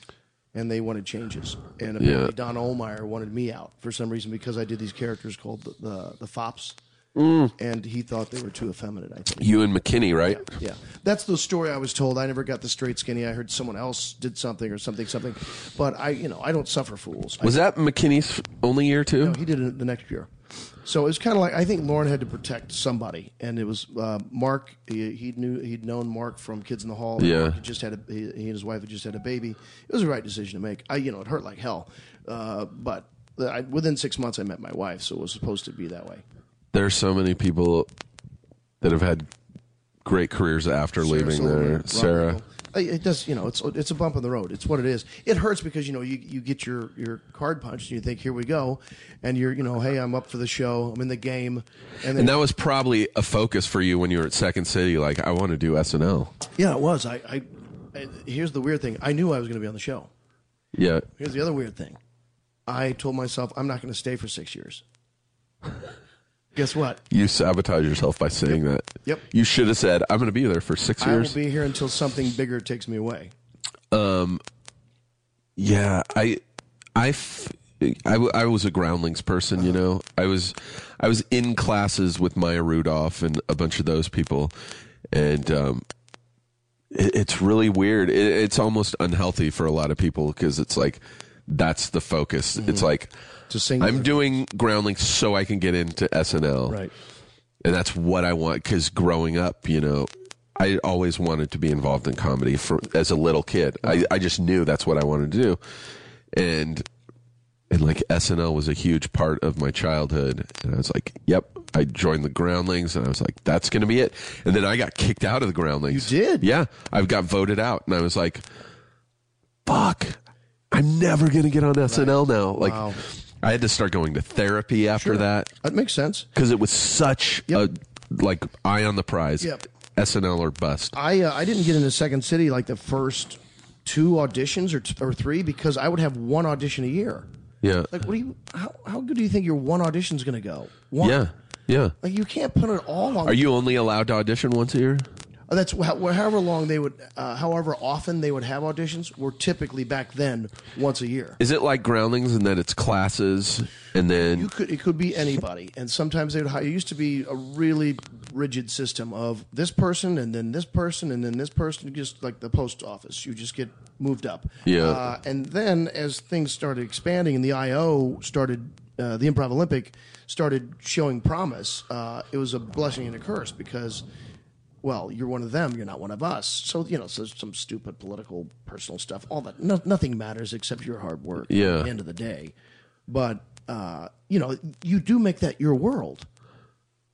S4: and they wanted changes. And apparently
S6: Yeah.
S4: Don Olmeyer wanted me out for some reason because I did these characters called the the, the Fops, and he thought they were too effeminate. I think.
S6: Mm. you and McKinney, right?
S4: Yeah, that's the story I was told. I never got the straight skinny. I heard someone else did something or something something, but I you know I don't suffer fools. I
S6: Was that McKinney's only year too?
S4: no, he did it the next year. So it was kind of like I think Lauren had to protect somebody, and it was uh, Mark. He, he knew he'd known Mark from Kids in the Hall.
S6: Yeah.
S4: Mark had just had a, he, he and his wife had just had a baby. It was the right decision to make. I, you know, it hurt like hell, uh, but I, within six months I met my wife, so it was supposed to be that way.
S6: there are so many people that have had great careers after leaving
S4: Sarah Silverman,
S6: there.
S4: Ron
S6: Sarah,
S4: Michael. I- It does, you know, it's it's a bump in the road. It's what it is. It hurts because you know you, you get your, your card punched and you think here we go, and you're you know hey I'm up for the show I'm in the game, and then
S6: and that was probably a focus for you when you were at Second City. Like, I want to do SNL.
S4: Yeah, it was. I, I, I here's the weird thing. I knew I was going to be on the show.
S6: Yeah,
S4: Here's the other weird thing. I told myself I'm not going to stay for six years. [laughs] Guess what?
S6: you sabotage yourself by saying that.
S4: Yep.
S6: You should have said, "I'm going to be there for six
S4: I
S6: years."
S4: will be here until something bigger takes me away.
S6: Yeah, I, I, f- I, w- I was a groundlings person. You know, I was, I was in classes with Maya Rudolph and a bunch of those people, and um, it, it's really weird. It, it's almost unhealthy for a lot of people because it's like that's the focus. It's like
S4: To sing,
S6: I'm doing groundlings so I can get into SNL,
S4: right.
S6: and that's what I want. Because growing up, you know. I always wanted to be involved in comedy for, as a little kid. I, I just knew that's what I wanted to do and and like SNL was a huge part of my childhood, and I was like, "Yep." I joined the Groundlings, and I was like, "That's gonna be it." And then I got kicked out of the Groundlings.
S4: You did?
S6: yeah. I got voted out, and I was like, "Fuck, I'm never gonna get on SNL now." Like,
S4: Wow.
S6: I had to start going to therapy after that
S4: That makes sense.
S6: because it was such
S4: Yep.
S6: a like eye on the prize.
S4: Yep.
S6: SNL or bust.
S4: I uh, I didn't get into Second City like the first two auditions or t- or three because I would have one audition a year.
S6: Yeah.
S4: Like, what do you? How, how good do you think your one audition's going to go? One.
S6: yeah. Yeah.
S4: Like you can't put it all on.
S6: Are you only allowed to audition once a year?
S4: Uh, That's wh- wh- however long they would, uh, however often they would have auditions. Were typically back then once a year.
S6: Is it like Groundlings in that it's classes and then
S4: You could it could be anybody, and sometimes they would. hi- It used to be a really rigid system of this person and then this person and then this person, just like the post office. You just get moved up.
S6: Yeah.
S4: Uh, and then as things started expanding and the IO started, uh, the Improv Olympic started showing promise. Uh, it was a blessing and a curse because. Well, you're one of them. You're not one of us. So you know, so there's some stupid political, personal stuff. All that, no, nothing matters except your hard work.
S6: Yeah.
S4: At the end of the day, but uh, you know, you do make that your world.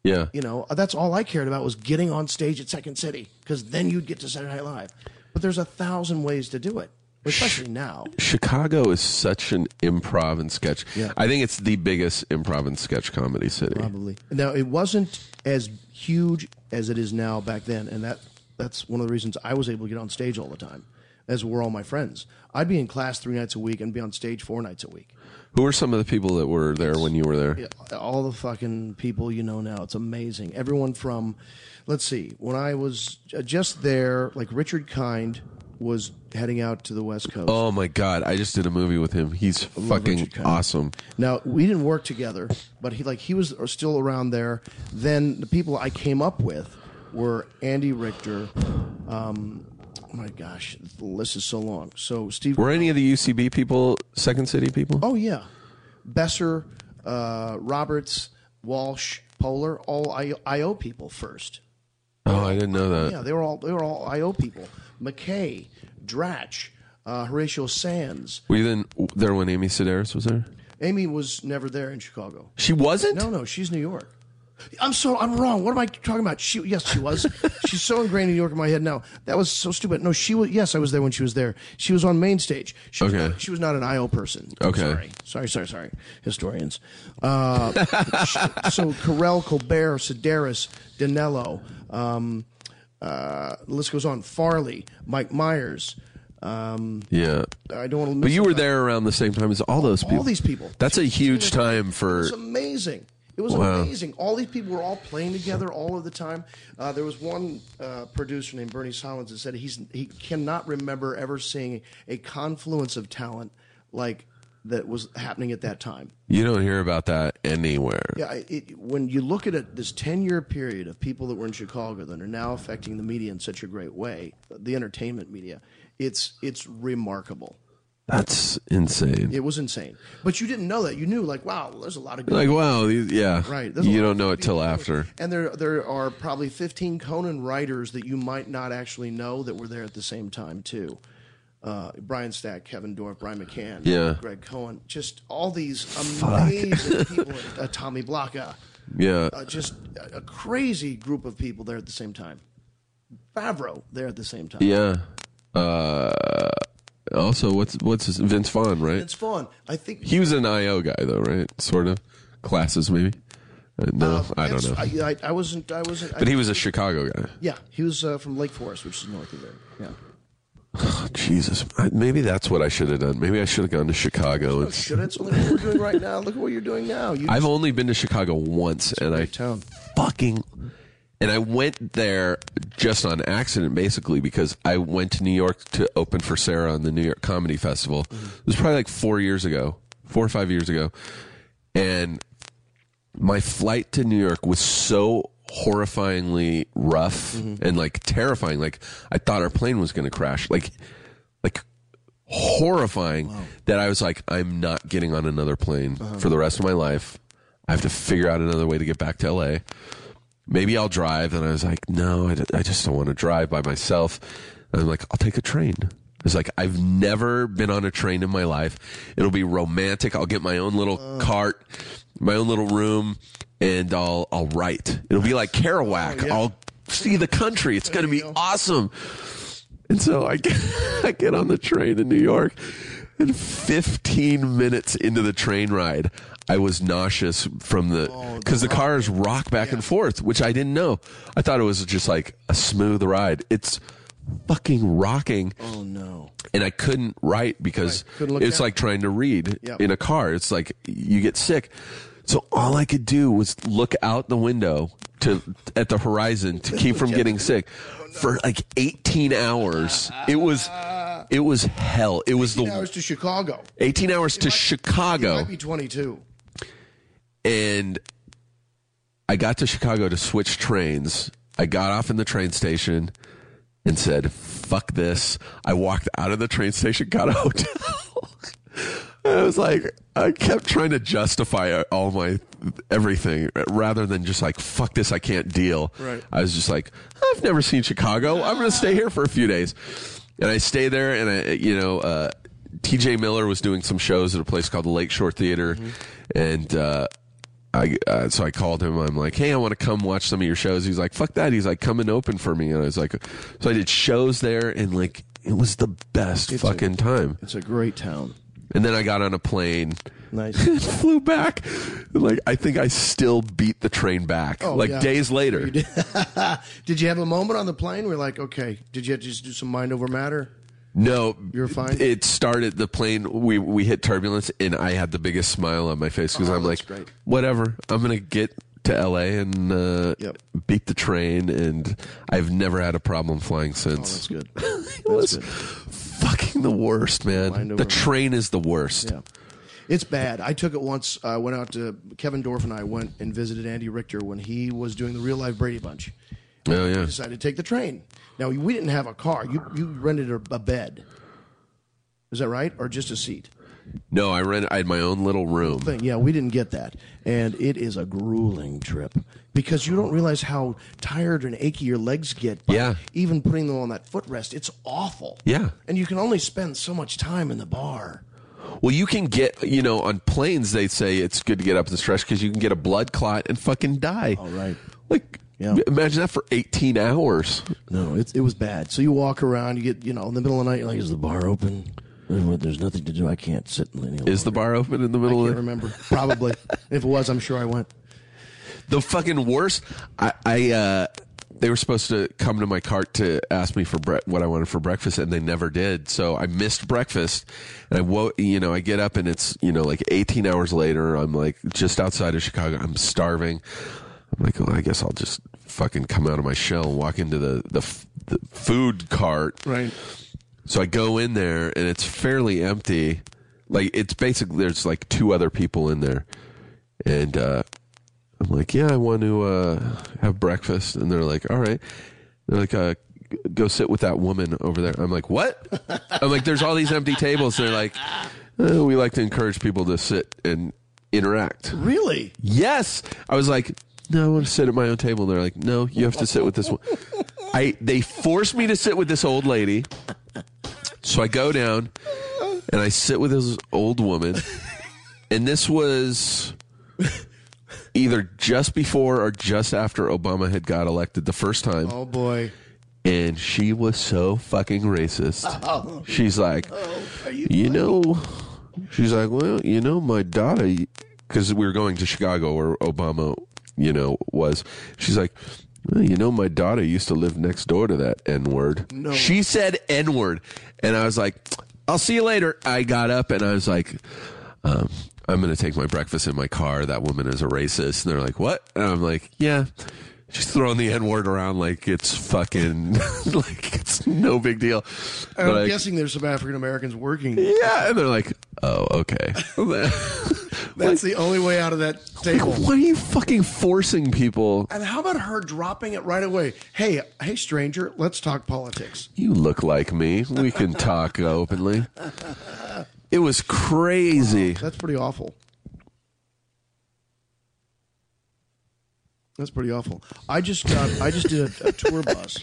S6: Yeah.
S4: You know, that's all I cared about was getting on stage at Second City because then you'd get to Saturday Night Live. But there's a thousand ways to do it, especially now.
S6: Chicago is such an improv and sketch.
S4: Yeah.
S6: I think it's the biggest improv and sketch comedy city.
S4: Probably. Now it wasn't as huge as it is now back then, and that that's one of the reasons I was able to get on stage all the time, as were all my friends. I'd be in class three nights a week and be on stage four nights a week.
S6: Who are some of the people that were there when you were there?
S4: all the fucking people you know now. It's amazing. Everyone from, let's see, when I was uh, just there, like Richard Kind was heading out to the West Coast.
S6: Oh my god, I just did a movie with him. He's fucking
S4: Richard Kind.
S6: awesome.
S4: Now we didn't work together, but he like he was still around there. Then the people I came up with were Andy Richter. Um, oh my gosh, the list is so long. So Steve.
S6: Were any of the UCB people Second City people?
S4: Oh yeah, Besser, uh, Roberts, Walsh, Polar, all I- IO people first.
S6: Oh, I didn't know that.
S4: Yeah, they were all they were all IO people. McKay, Dratch, uh, Horatio Sands.
S6: Were you then there when Amy Sedaris was there?
S4: Amy was never there in Chicago.
S6: She wasn't.
S4: No, no, she's New York. I'm so I'm wrong. What am I talking about? She yes, she
S6: [laughs]
S4: was. she's so ingrained in New York in my head now. That was so stupid. No, she was. Yes, I was there when she was there. She was on main stage. She Was
S6: Okay.
S4: not, she was not an IO person.
S6: Okay.
S4: Sorry, sorry, sorry, sorry. Historians. Uh, [laughs] sh- so Carell, Colbert, Sedaris, Danello. Um, uh, the list goes on. Farley, Mike Myers. Um,
S6: Yeah,
S4: I don't want to.
S6: but you were there around the same time as all those people.
S4: these people.
S6: That's a huge time for.
S4: It was amazing. It was
S6: Wow.
S4: amazing. All these people were all playing together all of the time. Uh, there was one uh, producer named Bernie Solins that said he's he cannot remember ever seeing a confluence of talent like that was happening at that time.
S6: You don't hear about that anywhere.
S4: Yeah, I- it, when you look at it, this ten-year period of people that were in Chicago that are now affecting the media in such a great way, the entertainment media, it's it's remarkable.
S6: That's insane.
S4: It was insane, but you didn't know that. You knew like, wow, there's a lot of good
S6: Like wow, these, yeah.
S4: Right. There's a
S6: You
S4: lot
S6: don't
S4: of
S6: know it till after.
S4: And there there are probably 15 Conan writers that you might not actually know that were there at the same time too. Uh, Brian Stack, Kevin Dorff, Brian McCann,
S6: Yeah.
S4: Greg Cohen, just all these
S6: [laughs]
S4: amazing people. Uh, Tommy Blocka,
S6: Yeah.
S4: uh, just a, a crazy group of people there at the same time. Favreau there at the same time.
S6: Yeah. Uh, also, what's what's his, Vince Vaughn, right?
S4: It's fun. I think
S6: he was an IO guy though, right? Sort of classes maybe. Uh, no, I don't know.
S4: Vince- Um, I, I, I wasn't. I wasn't.
S6: but he was a Chicago guy.
S4: yeah, he was uh, from Lake Forest, which is north of there. Yeah.
S6: Oh, Jesus, I, maybe that's what I should have done. Maybe I should have gone to Chicago.
S4: Oh, shit, that's only what we're doing right now. Look at what you're doing now. You
S6: I've only been to Chicago once, and I
S4: town.
S6: fucking and I went there just on accident, basically, because I went to New York to open for Sarah on the New York Comedy Festival.
S4: Mm-hmm.
S6: It was probably like four years ago, four or five years ago, and my flight to New York was so horrifyingly rough and like terrifying. Like I thought our plane was going to crash. Like, like horrifying that I was like, I'm not getting on another plane for the rest of my life. I have to figure out another way to get back to LA. Maybe I'll drive. And I was like, no, I, d- I just don't want to drive by myself. And I'm like, I'll take a train. It's like, I've never been on a train in my life. It'll be romantic. I'll get my own little cart, my own little room, and I'll, I'll write. It'll be like Kerouac. I'll see the country. It's going to be awesome. And so I get, [laughs] I get on the train in New York, and 15 minutes into the train ride, I was nauseous from the because the cars rock back and forth, which I didn't know. I thought it was just like a smooth ride. It's fucking rocking,
S4: Oh no!
S6: and I couldn't write because
S4: Right. Couldn't look
S6: it's
S4: down.
S6: like trying to read
S4: Yep.
S6: in a car. It's like you get sick. So all I could do was look out the window to at the horizon to keep
S4: [laughs]
S6: from getting sick for like 18 hours. It was it was hell. It was
S4: Now
S6: the
S4: it's to Chicago.
S6: 18 hours to
S4: It
S6: Chicago
S4: might be 22.
S6: and I got to Chicago to switch trains. I got off in the train station and said, fuck this. I walked out of the train station, got a [laughs] hotel. I was like, I kept trying to justify uh, all my everything rather than just like, fuck this, I can't deal.
S4: Right.
S6: I was just like, I've never seen Chicago. I'm going to stay here for a few days. And I stay there and I, you know, uh, TJ Miller was doing some shows at a place called the Lakeshore Theater, and uh, I uh, so I called him. I'm like, hey, I want to come watch some of your shows. He's like, fuck that. He's like, come and open for me. And I was like, so I did shows there, and like it was the best
S4: a-
S6: fucking time.
S4: It's a great town.
S6: And then I got on a plane. [laughs]
S4: [laughs] Nice.
S6: and flew back. Like I think I still beat the train back.
S4: Oh,
S6: like
S4: yeah.
S6: days later.
S4: Did you have a moment on the plane where, like, okay, did you just do some mind over matter?
S6: No,
S4: You're fine?
S6: It started the plane. We we hit turbulence, and I had the biggest smile on my face because
S4: Oh,
S6: I'm
S4: that's
S6: like,
S4: great.
S6: whatever. I'm gonna get to L.A. and uh,
S4: Yep.
S6: beat the train, and I've never had a problem flying
S4: Oh,
S6: [laughs]
S4: That's
S6: since.
S4: good.
S6: it was fucking the worst,
S4: Mind
S6: man.
S4: over
S6: The train is the worst.
S4: Yeah. It's bad. I took it once. I went out to Kevin Dorff and I went and visited Andy Richter when he was doing the real life Brady Bunch.
S6: Oh yeah.
S4: Decided to take the train. Now we didn't have a car. You you rented a, a bed. Is that right? Or just a seat?
S6: No, I rent. I had my own little room.
S4: thing. Yeah, we didn't get that. And it is a grueling trip because you don't realize how tired and achy your legs get by
S6: Yeah.
S4: even putting them on that footrest. It's awful.
S6: Yeah.
S4: And you can only spend so much time in the bar.
S6: Well, you can get, you know, on planes, they say it's good to get up and stretch because you can get a blood clot and fucking die.
S4: All right.
S6: Like,
S4: Yeah.
S6: imagine that for 18 hours.
S4: No, it, it was bad. So you walk around, you get, you know, in the middle of the night, you're like, is the bar open? There's there's nothing to do. I can't sit in any
S6: Is the bar open in the
S4: I
S6: middle [laughs]
S4: can't
S6: of the,
S4: remember. Probably. if it was, I'm sure I went.
S6: the fucking worst? I, I, uh, they were supposed to come to my cart to ask me for bre- what I wanted for breakfast, and they never did. So I missed breakfast, and I woke. You know, I get up and it's you know like 18 hours later. I'm like just outside of Chicago. I'm starving. I'm like, well, I guess I'll just fucking come out of my shell and walk into the the, f- the food cart.
S4: Right.
S6: So I go in there and it's fairly empty. Like it's basically there's like two other people in there, and uh, I'm like, yeah, I want to uh, have breakfast, and they're like, all right. They're like, uh, go sit with that woman over there. I'm like, what? I'm like, there's all these empty tables. They're like, "Uh, we like to encourage people to sit and interact.
S4: Really?
S6: Yes, I was like, no, I want to sit at my own table. And they're like, no, you have to sit with this one. I they forced me to sit with this old lady. So I go down and I sit with this old woman. And this was either just before or just after Obama had got elected the first time.
S4: Oh, boy.
S6: And she was so fucking racist. She's like, you, know, she's like, well, you know, my daughter, because we were going to Chicago where Obama, you know, was. She's like, well, you know, my daughter used to live next door to that N word. No. She said N word. And I was like, I'll see you later. I got up and I was like, um, I'm going to take my breakfast in my car. That woman is a racist. And they're like, what? And I'm like, yeah. She's throwing the N word around like it's fucking, [laughs] like it's no big deal.
S4: I'm
S6: But I-
S4: guessing there's some African Americans working.
S6: yeah, and they're like, oh, okay.
S4: That's the only way out of that
S6: [laughs]
S4: table.
S6: Why are you fucking forcing people?
S4: And how about her dropping it right away? Hey, hey, stranger, let's talk politics.
S6: You look like me. We can talk openly. It was crazy.
S4: That's pretty awful. That's pretty awful. I just got, I just
S6: [laughs]
S4: did a, a tour bus.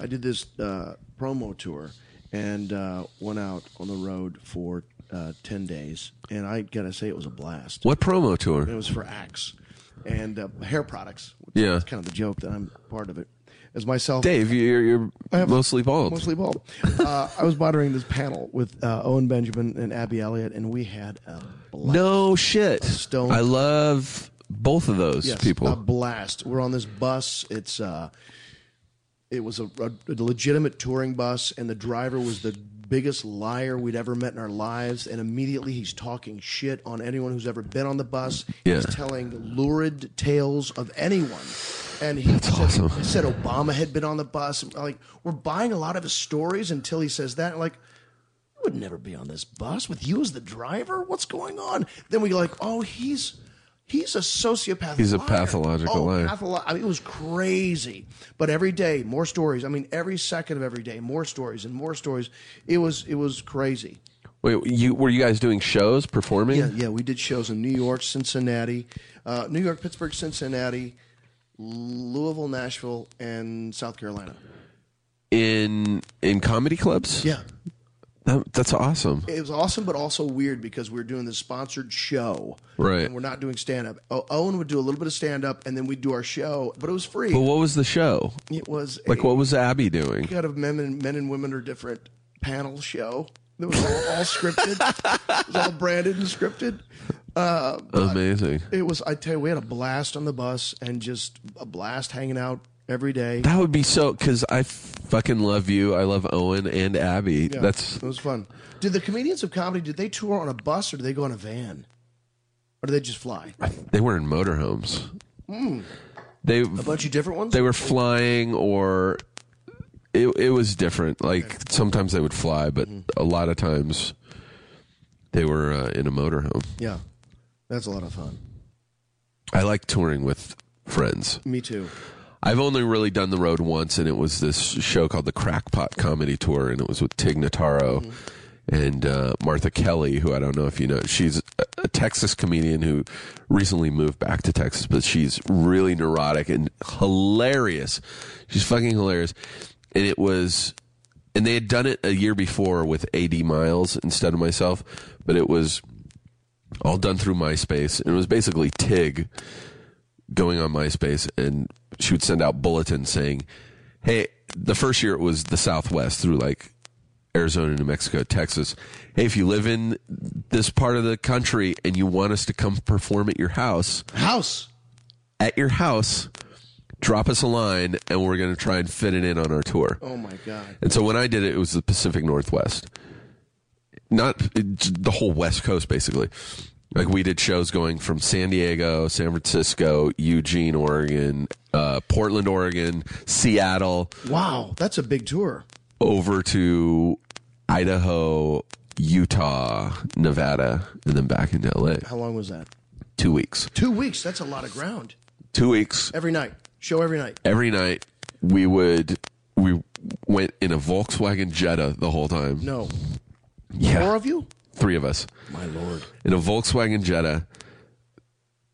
S4: I did this uh, promo tour and uh, went out on the road for uh, ten days, and I gotta say it was a blast.
S6: What promo
S4: It
S6: tour?
S4: was for Axe and uh, hair products. which
S6: Yeah.
S4: is kind of the joke that I'm part of it. As myself,
S6: Dave, you're, you're mostly bald.
S4: Mostly bald. Uh, I was moderating this panel with uh, Owen Benjamin and Abby Elliott, and we had a blast.
S6: No shit.
S4: Stone.
S6: I love both of those
S4: Yes, um,
S6: people.
S4: a blast. We're on this bus. It's uh, it was a, a, a legitimate touring bus, and the driver was the biggest liar we'd ever met in our lives. And immediately he's talking shit on anyone who's ever been on the bus.
S6: Yeah.
S4: He's telling lurid tales of anyone. And he said,
S6: awesome.
S4: he said Obama had been on the bus. Like we're buying a lot of his stories until he says that. Like I would never be on this bus with you as the driver. What's going on? Then we like, oh, he's he's a sociopath.
S6: He's a
S4: liar.
S6: pathological
S4: oh,
S6: liar.
S4: patholo- I mean, it was crazy. But every day, more stories. I mean, every second of every day, more stories and more stories. It was it was crazy.
S6: Wait, you were you guys doing shows, performing?
S4: Yeah, yeah. We did shows in New York, Cincinnati, uh, New York, Pittsburgh, Cincinnati, Louisville, Nashville, and South Carolina.
S6: In in comedy clubs?
S4: Yeah.
S6: That, that's awesome.
S4: It was awesome, but also weird because we were doing this sponsored show.
S6: Right.
S4: And we're not doing stand up. Owen would do a little bit of stand up and then we'd do our show, but it was free.
S6: But what was the show?
S4: it was
S6: Like,
S4: a,
S6: what was Abby doing?
S4: kind of men and men and women are different panel show. It was all, all scripted. It was all branded and scripted.
S6: Amazing.
S4: It was. I tell you, we had a blast on the bus and just a blast hanging out every day.
S6: That would be so because I fucking love you. I love Owen and Abby.
S4: Yeah,
S6: That's
S4: it was fun. Did the comedians of comedy? Did they tour on a bus or did they go on a van, or did they just fly? A
S6: they were in motorhomes. They
S4: bunch of different ones.
S6: they were flying or it it was different. Like sometimes they would fly, but a lot of times they were uh, in a motorhome.
S4: Yeah, that's a lot of fun.
S6: I like touring with friends.
S4: Me too.
S6: I've only really done the road once, and it was this show called the Crackpot Comedy Tour, and it was with Tig Notaro and uh, Martha Kelly, who I don't know if you know. She's a, a Texas comedian who recently moved back to Texas, but she's really neurotic and hilarious. She's fucking hilarious, and it was. And they had done it a year before with AD Miles instead of myself, but it was all done through MySpace. And it was basically Tig going on MySpace and she would send out bulletins saying, Hey, the first year it was the Southwest through like Arizona, New Mexico, Texas. Hey, if you live in this part of the country and you want us to come perform at your house,
S4: House.
S6: at your house, drop us a line and we're going to try and fit it in on our tour.
S4: Oh my god.
S6: And so when I did it, it was the Pacific Northwest, not it's the whole West Coast, basically. Like we did shows going from San Diego, San Francisco, Eugene, Oregon, uh, Portland, Oregon, Seattle,
S4: Wow, that's a big tour.
S6: over to Idaho, Utah, Nevada, and then back into LA.
S4: How long was that?
S6: Two weeks.
S4: Two weeks. That's a lot of ground.
S6: Two weeks.
S4: Every night. Show every night.
S6: Every night we would we went in a Volkswagen Jetta the whole time.
S4: No.
S6: Yeah.
S4: Four of you?
S6: Three of us.
S4: My lord.
S6: in a Volkswagen Jetta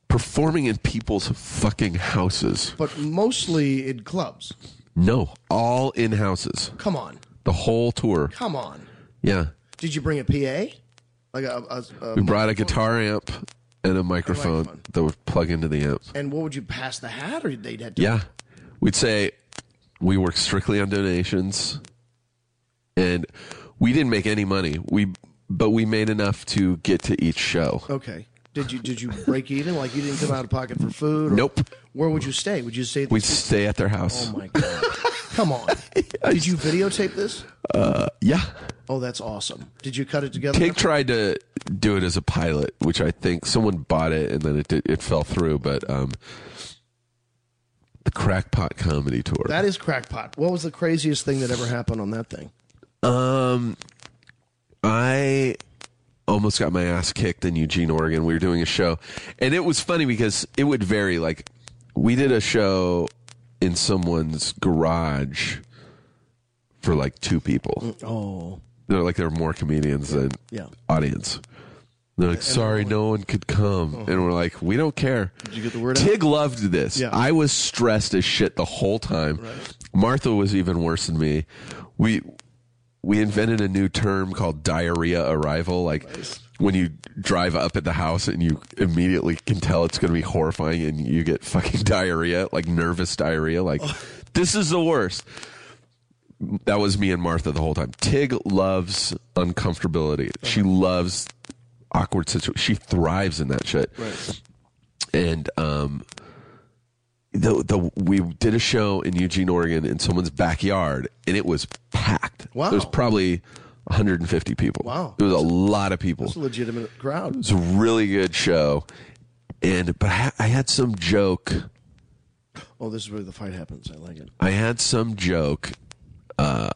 S6: performing in people's fucking houses.
S4: But mostly in clubs.
S6: No, all in houses.
S4: Come on.
S6: The whole tour.
S4: Come on.
S6: Yeah.
S4: Did you bring a PA? Like a, a, a
S6: We brought a guitar amp and a microphone
S4: microphone.
S6: that would plug into the amp.
S4: and what would you pass the hat or they'd had to
S6: Yeah. We'd say we work strictly on donations and we didn't make any money. We but we made enough to get to each show.
S4: Okay. Did you did you break even? Like you didn't come out of pocket for food? or-
S6: Nope.
S4: Where would you stay? Would you stay at the
S6: We'd stay at their house.
S4: Oh my [laughs] god. Come on. Did you videotape this?
S6: yeah.
S4: Oh, that's awesome. Did you cut it together?
S6: Tig tried to do it as a pilot, which I think someone bought it and then it did, it fell through. But um, the Crackpot Comedy Tour.
S4: that is crackpot. What was the craziest thing that ever happened on that thing?
S6: um, I almost got my ass kicked in Eugene, Oregon. We were doing a show, and it was funny because it would vary. Like we did a show in someone's garage for like two people.
S4: Oh.
S6: They're like there are more comedians than
S4: Yeah.
S6: audience. They're like, sorry, no one could come, and we're like, we don't care. Did
S4: Uh-huh. you get the word out?
S6: Tig loved this.
S4: Yeah.
S6: I was stressed as shit the whole time. Martha was even worse than me. We we invented a new term called diarrhea arrival. Like when you drive up at the house and you immediately can tell it's going to be horrifying, and you get fucking [laughs] diarrhea, like nervous diarrhea. Like
S4: Oh.
S6: this is the worst that was me and Martha the whole time. Tig loves uncomfortability. She
S4: Uh-huh.
S6: loves awkward situations. She thrives in that shit. Right. And um, the the we did a show in Eugene, Oregon, in someone's backyard, and it was packed.
S4: Wow.
S6: There's probably 150 people.
S4: Wow.
S6: It was a lot of people.
S4: It's a legitimate crowd.
S6: It's a really good show. And but I, ha- I had some joke.
S4: Oh, this is where the fight happens. I like it.
S6: I had some joke uh,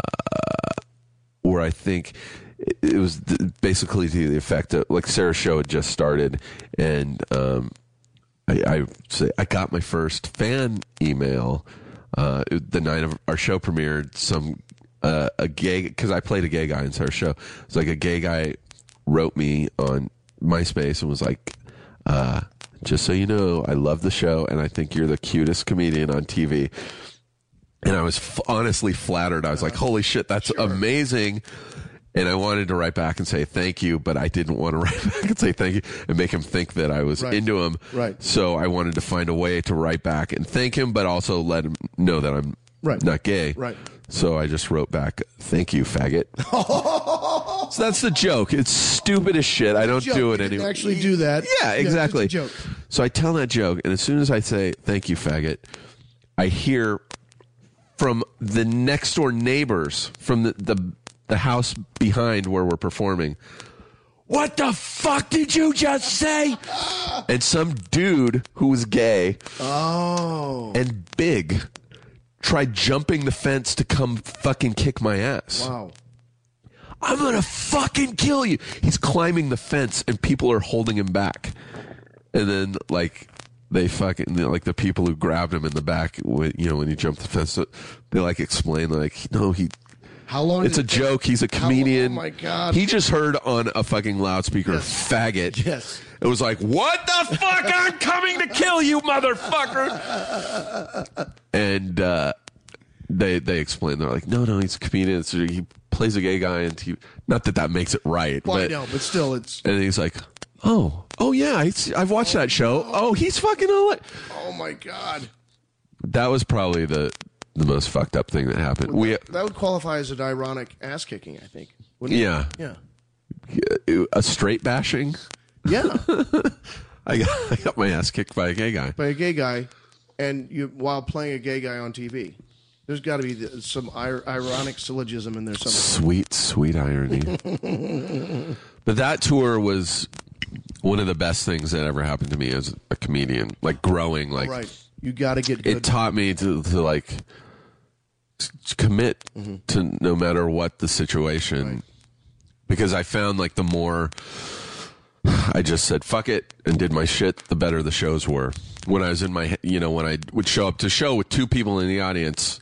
S6: where I think it- it was th- basically to the effect of like Sarah's show had just started, and um, I, I say I got my first fan email uh, it- the night of our show premiered. Some uh, a gay because I played a gay guy in Sarah's show. It's like a gay guy wrote me on MySpace and was like. Uh, just so you know, I love the show, and I think you're the cutest comedian on TV and I was f- honestly flattered. I was like, "Holy shit, that's amazing!" And I wanted to write back and say thank you, but I didn't want to [laughs] write back and say thank you and make him think that I was
S4: Right.
S6: into him.
S4: Right.
S6: So I wanted to find a way to write back and thank him, but also let him know that I'm
S4: Right.
S6: not gay.
S4: Right.
S6: So I just wrote back, thank you, faggot. so that's the joke. It's stupid as shit. I don't
S4: Joke.
S6: do
S4: You
S6: it
S4: didn't
S6: anyway.
S4: Actually, do that.
S6: Yeah,
S4: it's a
S6: exactly.
S4: joke.
S6: So I tell that joke, and as soon as I say "thank you, faggot," I hear from the next door neighbors from the the, the house behind where we're performing. What the fuck did you just say? and some dude who was gay
S4: Oh,
S6: and big tried jumping the fence to come fucking kick my ass.
S4: wow.
S6: I'm gonna fucking kill you. He's climbing the fence and people are holding him back. And then like they fucking like the people who grabbed him in the back when you know when he jumped the fence they like explain like no he
S4: How long?
S6: it's a
S4: did it take?
S6: joke he's a
S4: How-
S6: comedian
S4: oh my God.
S6: he just heard on a fucking loudspeaker faggot
S4: Yes.
S6: it was like what the fuck I'm coming to kill you motherfucker and uh they they explain they're like no no he's a comedian It's- he plays a gay guy and he not that that makes it right
S4: Well, I
S6: but
S4: know, but still, it's.
S6: and he's like oh oh yeah I, have watched that show oh he's fucking all
S4: Oh my God.
S6: that was probably the the most fucked up thing that happened we
S4: That would qualify as an ironic ass kicking, I think. Wouldn't it?
S6: yeah
S4: Yeah.
S6: uh, a straight bashing
S4: Yeah. [laughs]
S6: I got, [laughs] I got my ass kicked by a gay guy
S4: By a gay guy, and you while playing a gay guy on TV. There's got to be the, some ir- ironic syllogism in there somewhere.
S6: sweet sweet irony but that tour was one of the best things that ever happened to me as a comedian like growing like
S4: Right. You got to get good.
S6: it taught me to, to like s- commit
S4: Mm-hmm.
S6: to no matter what the situation because i found like the more i just said fuck it and did my shit the better the shows were when i was in my he- you know when i would show up to show with two people in the audience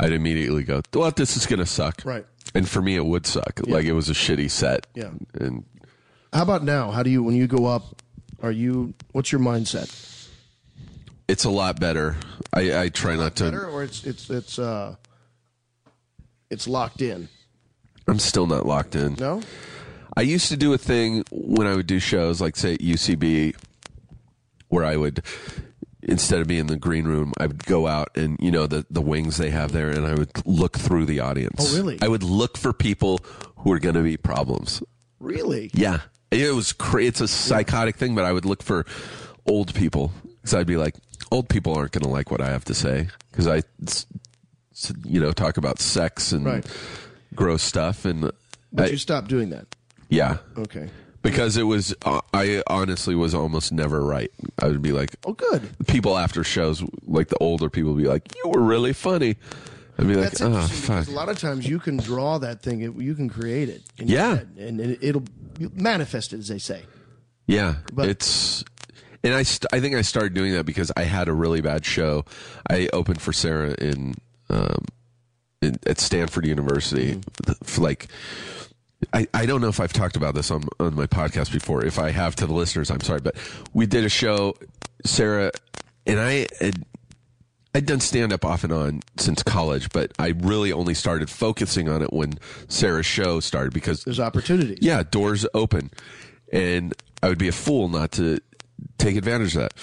S6: i'd immediately go well this is gonna suck
S4: Right.
S6: and for me it would suck like it was a shitty set
S4: Yeah.
S6: and
S4: How about now? How do you when you go up? Are you? What's your mindset?
S6: it's a lot better i, I try not to
S4: Better or it's it's it's uh, it's locked in.
S6: i'm still not locked in
S4: No.
S6: I used to do a thing when I would do shows, like say at UCB, where I would instead of being in the green room, I would go out and you know the the wings they have there, and I would look through the audience.
S4: Oh, really?
S6: I would look for people who are going to be problems.
S4: Really?
S6: Yeah, it was cra- it's a psychotic thing, but I would look for old people because I'd be like, old people aren't going to like what I have to say because I, s- s- you know, talk about sex and
S4: Right.
S6: gross stuff and.
S4: But
S6: I-
S4: you stop doing that.
S6: yeah
S4: Okay.
S6: because it was uh, i honestly was almost never right i would be like
S4: Oh, good.
S6: people after shows like the older people would be like you were really funny i'd be like
S4: That's
S6: oh
S4: interesting.
S6: fuck
S4: because a lot of times you can draw that thing. it- You can create it. in your
S6: Yeah.
S4: head, and it, it'll you'll manifest it, as they say.
S6: yeah
S4: But-
S6: it's and I, st- I think i started doing that because i had a really bad show i opened for sarah in um in, at stanford university for like I, I don't know if I've talked about this on on my podcast before. If I have to the listeners, I'm sorry, but we did a show, Sarah and I had I'd done stand up off and on since college, but I really only started focusing on it when Sarah's show started because
S4: There's opportunities.
S6: yeah, doors open. And I would be a fool not to take advantage of that.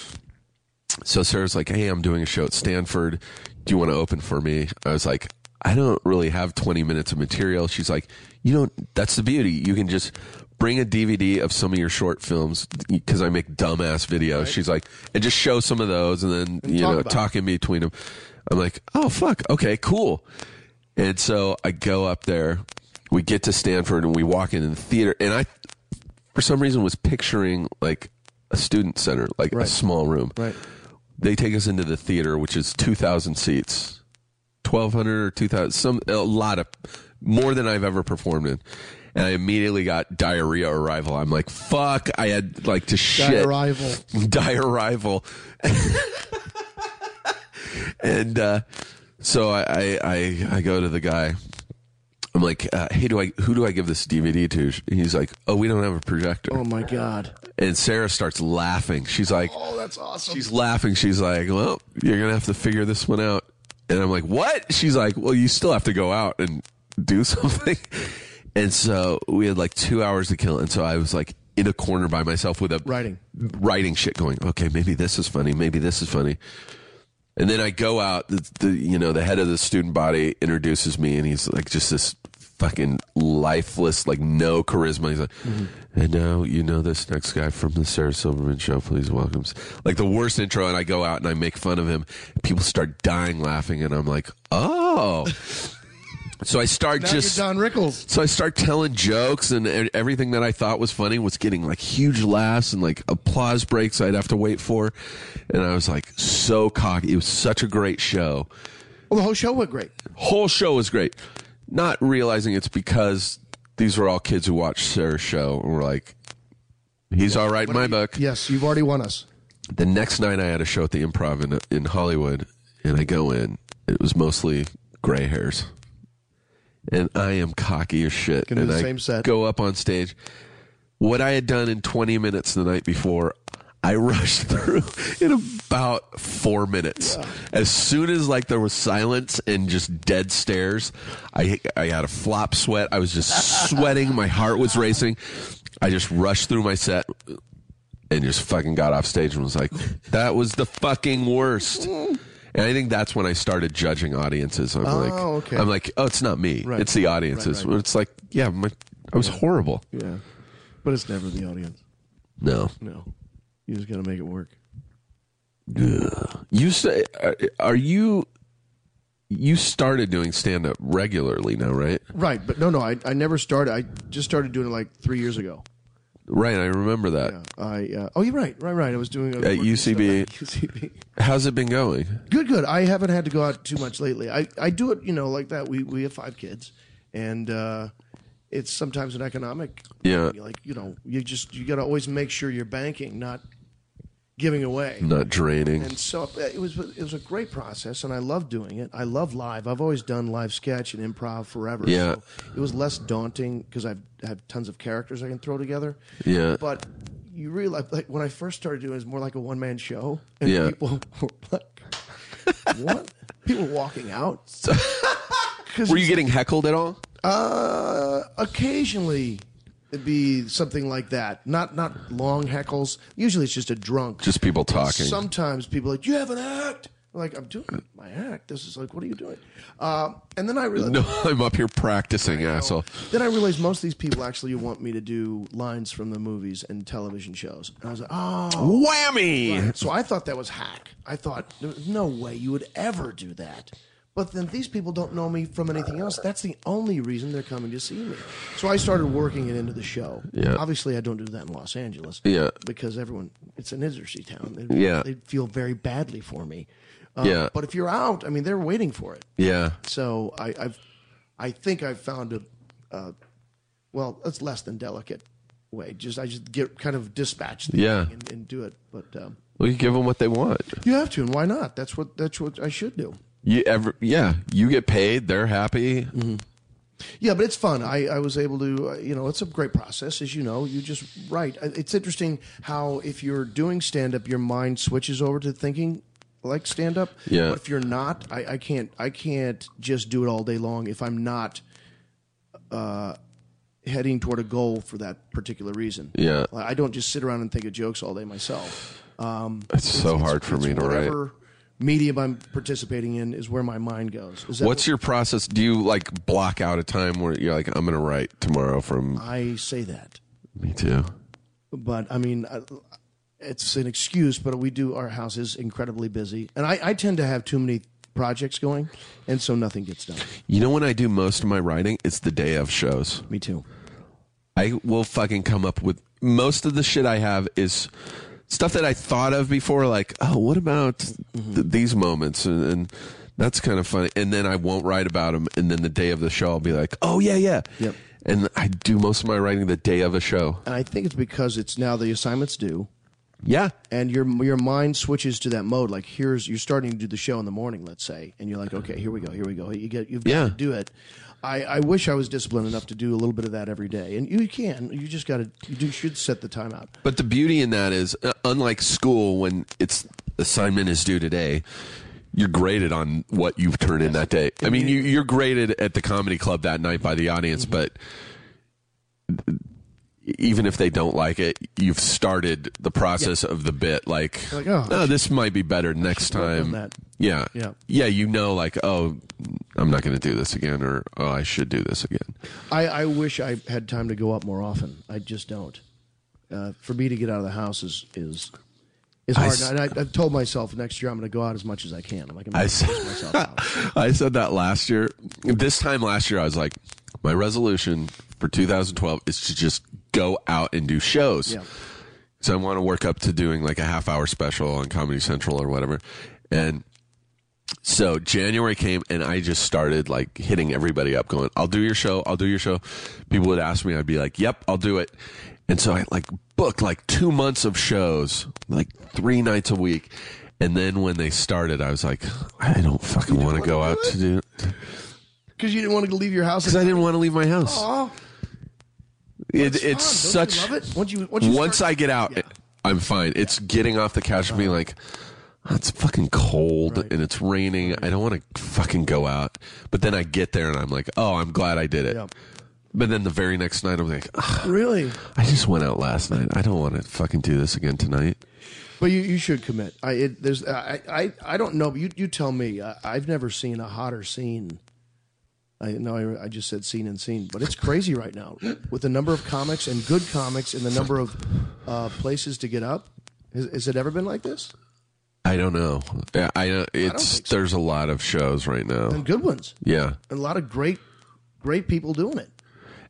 S6: So Sarah's like, Hey, I'm doing a show at Stanford. Do you want to open for me? I was like, I don't really have 20 minutes of material. She's like, You don't, that's the beauty. You can just bring a DVD of some of your short films because I make dumbass videos. She's like, And just show some of those and then, you
S4: talk
S6: know,
S4: about
S6: talk in between them. I'm like, Oh, fuck. Okay, cool. And so I go up there. We get to Stanford and we walk in the theater. And I, for some reason, was picturing like a student center, like a
S4: Right.
S6: small room.
S4: Right.
S6: They take us into the theater, which is 2,000 seats, 1,200 or 2,000, some, a lot of, more than I've ever performed in. And I immediately got diarrhea arrival. I'm like, fuck, I had like to shit [laughs]
S4: Arrival.
S6: dire rival. [laughs] and uh, so I, I, I, I go to the guy. I'm like, uh, hey, do I who do I give this DVD to? And he's like, oh, we don't have a projector.
S4: Oh my God.
S6: And Sarah starts laughing. She's like,
S4: Oh, that's awesome.
S6: she's laughing. She's like, well, you're gonna have to figure this one out. And I'm like, what? She's like, well, you still have to go out and do [laughs] something. And so we had like two hours to kill. And so I was like in a corner by myself with a
S4: Writing.
S6: writing shit going, okay, maybe this is funny. Maybe this is funny. And then I go out, the, the you know, the head of the student body introduces me and he's like just this fucking lifeless, like no charisma. He's like,
S4: Mm-hmm.
S6: and now you know this next guy from the Sarah Silverman show, please welcomes. Like the worst intro, and I go out and I make fun of him. People start dying laughing, and I'm like,
S4: [laughs]
S6: oh. So I start
S4: Now
S6: just
S4: you're Don Rickles.
S6: so I start telling jokes, and e- everything that I thought was funny was getting like huge laughs and like applause breaks I'd have to wait for. And I was like so cocky. It was such a great show.
S4: Well, Oh, the whole show went great.
S6: Whole show was great. Not realizing it's because these were all kids who watched Sarah's show and were like, he's all right in my book.
S4: Yes, you've already won us.
S6: The next night I had a show at the improv in, in Hollywood, and I go in. It was mostly gray hairs. And I am cocky as shit.
S4: Gonna do
S6: and
S4: the
S6: I
S4: same set.
S6: go up on stage. What I had done in 20 minutes the night before, I [laughs] rushed through in about four minutes. As soon as like there was silence and just dead stares, I I had a flop sweat. I was just sweating. My heart was racing. I just rushed through my set and just fucking got off stage and was like, that was the fucking worst.
S4: Mm.
S6: And I think that's when I started judging audiences. I'm like,
S4: okay.
S6: I'm like, oh, it's not me.
S4: Right.
S6: It's the audiences.
S4: Right, right.
S6: It's like, yeah, my, I was horrible.
S4: Yeah, but it's never the audience.
S6: No.
S4: No, you just got to make it work.
S6: You say, are- are you, you started doing stand up regularly now, right?
S4: Right, but no, no, I, I never started. I just started doing it like three years ago.
S6: Right. I remember that.
S4: Yeah, I uh, oh, you're right, right, right. I was doing
S6: At UCB.
S4: UCB.
S6: How's it been going?
S4: Good, good. I haven't had to go out too much lately. I, I do it, you know, like that. We we have five kids, and uh, it's sometimes an economic.
S6: Yeah.
S4: Like you know, you just you got to always make sure you're banking, not giving away.
S6: Not draining.
S4: And so uh, it was it was a great process, and I love doing it. I love live. I've always done live sketch and improv forever.
S6: Yeah.
S4: so it was less daunting because I've I have tons of characters I can throw together.
S6: Yeah.
S4: but you realize like when I first started doing, it, it was more like a one man show, and
S6: Yeah.
S4: people [laughs] were like, "What?" people were walking out.
S6: Were you getting heckled at all?
S4: Uh, occasionally. It'd be something like that. Not not long heckles. Usually it's just a drunk.
S6: Just people talking.
S4: Sometimes people are like, you have an act. I'm like, I'm doing my act. This is like, what are you doing? Uh, and then I
S6: [laughs]
S4: realized,
S6: no, I'm up here practicing, asshole.
S4: then I realized most of these people actually want me to do lines from the movies and television shows. And I was like, oh.
S6: Whammy!
S4: So I thought that was hack. I thought, there's no way you would ever do that. But then these people don't know me from anything else. That's the only reason they're coming to see me. So I started working it into the show.
S6: Yeah.
S4: Obviously, I don't do that in Los Angeles.
S6: Yeah.
S4: Because everyone, it's an industry town. They,
S6: Yeah.
S4: They feel very badly for me. Uh,
S6: Yeah.
S4: But if you're out, I mean, they're waiting for it.
S6: Yeah.
S4: So I, I've, I think I've found a, uh, well, it's less than delicate way. Just I just get kind of dispatch the
S6: Yeah.
S4: thing and, and do it. But um,
S6: Well, you give them what they want.
S4: you have to, and why not? That's what that's what I should do.
S6: You ever, yeah, you get paid. They're happy.
S4: Yeah, but it's fun. I, I was able to, uh, you know, it's a great process, as you know. You just write. Uh, It's interesting how if you're doing stand up, your mind switches over to thinking like stand up.
S6: Yeah.
S4: But if you're not, I, I can't. I can't just do it all day long if I'm not uh, heading toward a goal for that particular reason.
S6: Yeah.
S4: Like, I don't just sit around and think of jokes all day myself. Um,
S6: It's so hard for
S4: it's
S6: me to write.
S4: whatever Medium I'm participating in is where my mind goes. Is that
S6: What's your process? Do you like block out a time where you're like, I'm going to write tomorrow from
S4: I say that.
S6: me too?
S4: but I mean, I- it's an excuse. But we do our house is incredibly busy, and I, I tend to have too many projects going, and so nothing gets done.
S6: You know, when I do most of my writing, it's the day of shows.
S4: Me too.
S6: I will fucking come up with most of the shit I have is stuff that I thought of before, like, oh, what about th- these moments? And, and that's kind of funny. And then I won't write about them. And then the day of the show, I'll be like, oh, yeah, yeah.
S4: Yep.
S6: And I do most of my writing the day of a show.
S4: And I think it's because it's now the assignments due,
S6: Yeah.
S4: and your your mind switches to that mode. Like here's you're starting to do the show in the morning, let's say, and you're like, okay, here we go, here we go. You get you've
S6: Yeah.
S4: got to do it. I, I wish I was disciplined enough to do a little bit of that every day, and you can. You just got to you do, should set the time out.
S6: But the beauty in that is, uh, unlike school, when it's assignment is due today, you're graded on
S4: Mm-hmm.
S6: what you've turned in that day. I mean, you, you're graded at the comedy club that night by the audience, but even if they don't like it, you've started the process of the bit. Like,
S4: Like,
S6: oh,
S4: oh, I
S6: this might be better next
S4: work on
S6: time.
S4: that.
S6: Yeah.
S4: Yeah.
S6: Yeah. You know, like, oh, I'm not going to do this again, or oh, I should do this again.
S4: I, I wish I had time to go up more often. I just don't. Uh, for me to get out of the house is is is
S6: I
S4: hard.
S6: s-
S4: and I, I've told myself next year I'm going to go out as much as I can. I'm like, I'm
S6: I
S4: going
S6: s-
S4: to push
S6: [laughs]
S4: myself out.
S6: I said that last year. This time last year, I was like, my resolution for 2012 is to just go out and do shows.
S4: Yeah.
S6: So I want to work up to doing like a half hour special on Comedy Central or whatever. And so January came and I just started like hitting everybody up going, I'll do your show. I'll do your show. People would ask me, I'd be like, yep, I'll do it. And so I like booked like two months of shows, like three nights a week. And then when they started, I was like, I don't fucking want to go out to do
S4: Because you didn't want to leave your house.
S6: because I didn't want to leave my house.
S4: Oh,
S6: It-
S4: it's
S6: it's
S4: fun. Don't
S6: such.
S4: you love it? Once you- once you start-
S6: I get out,
S4: Yeah.
S6: I'm fine. It's getting off the couch and being like, "Oh, it's fucking cold
S4: Right.
S6: and it's raining. I don't want to fucking go out. But then I get there and I'm like, oh, I'm glad I did it.
S4: Yeah.
S6: But then the very next night, I'm like, "Ugh,
S4: really?
S6: I just went out last night. I don't want to fucking do this again tonight.
S4: But you, you should commit. I it, there's I, I I don't know. But you you tell me. I, I've never seen a hotter scene. I know I, I just said scene and scene, but it's crazy right now with the number of comics and good comics and the number of uh, places to get up. Has, has it ever been like this?
S6: I don't know. Yeah, I know it's
S4: think so.
S6: there's a lot of shows right now.
S4: And good ones.
S6: Yeah.
S4: And a lot of great, great people doing it.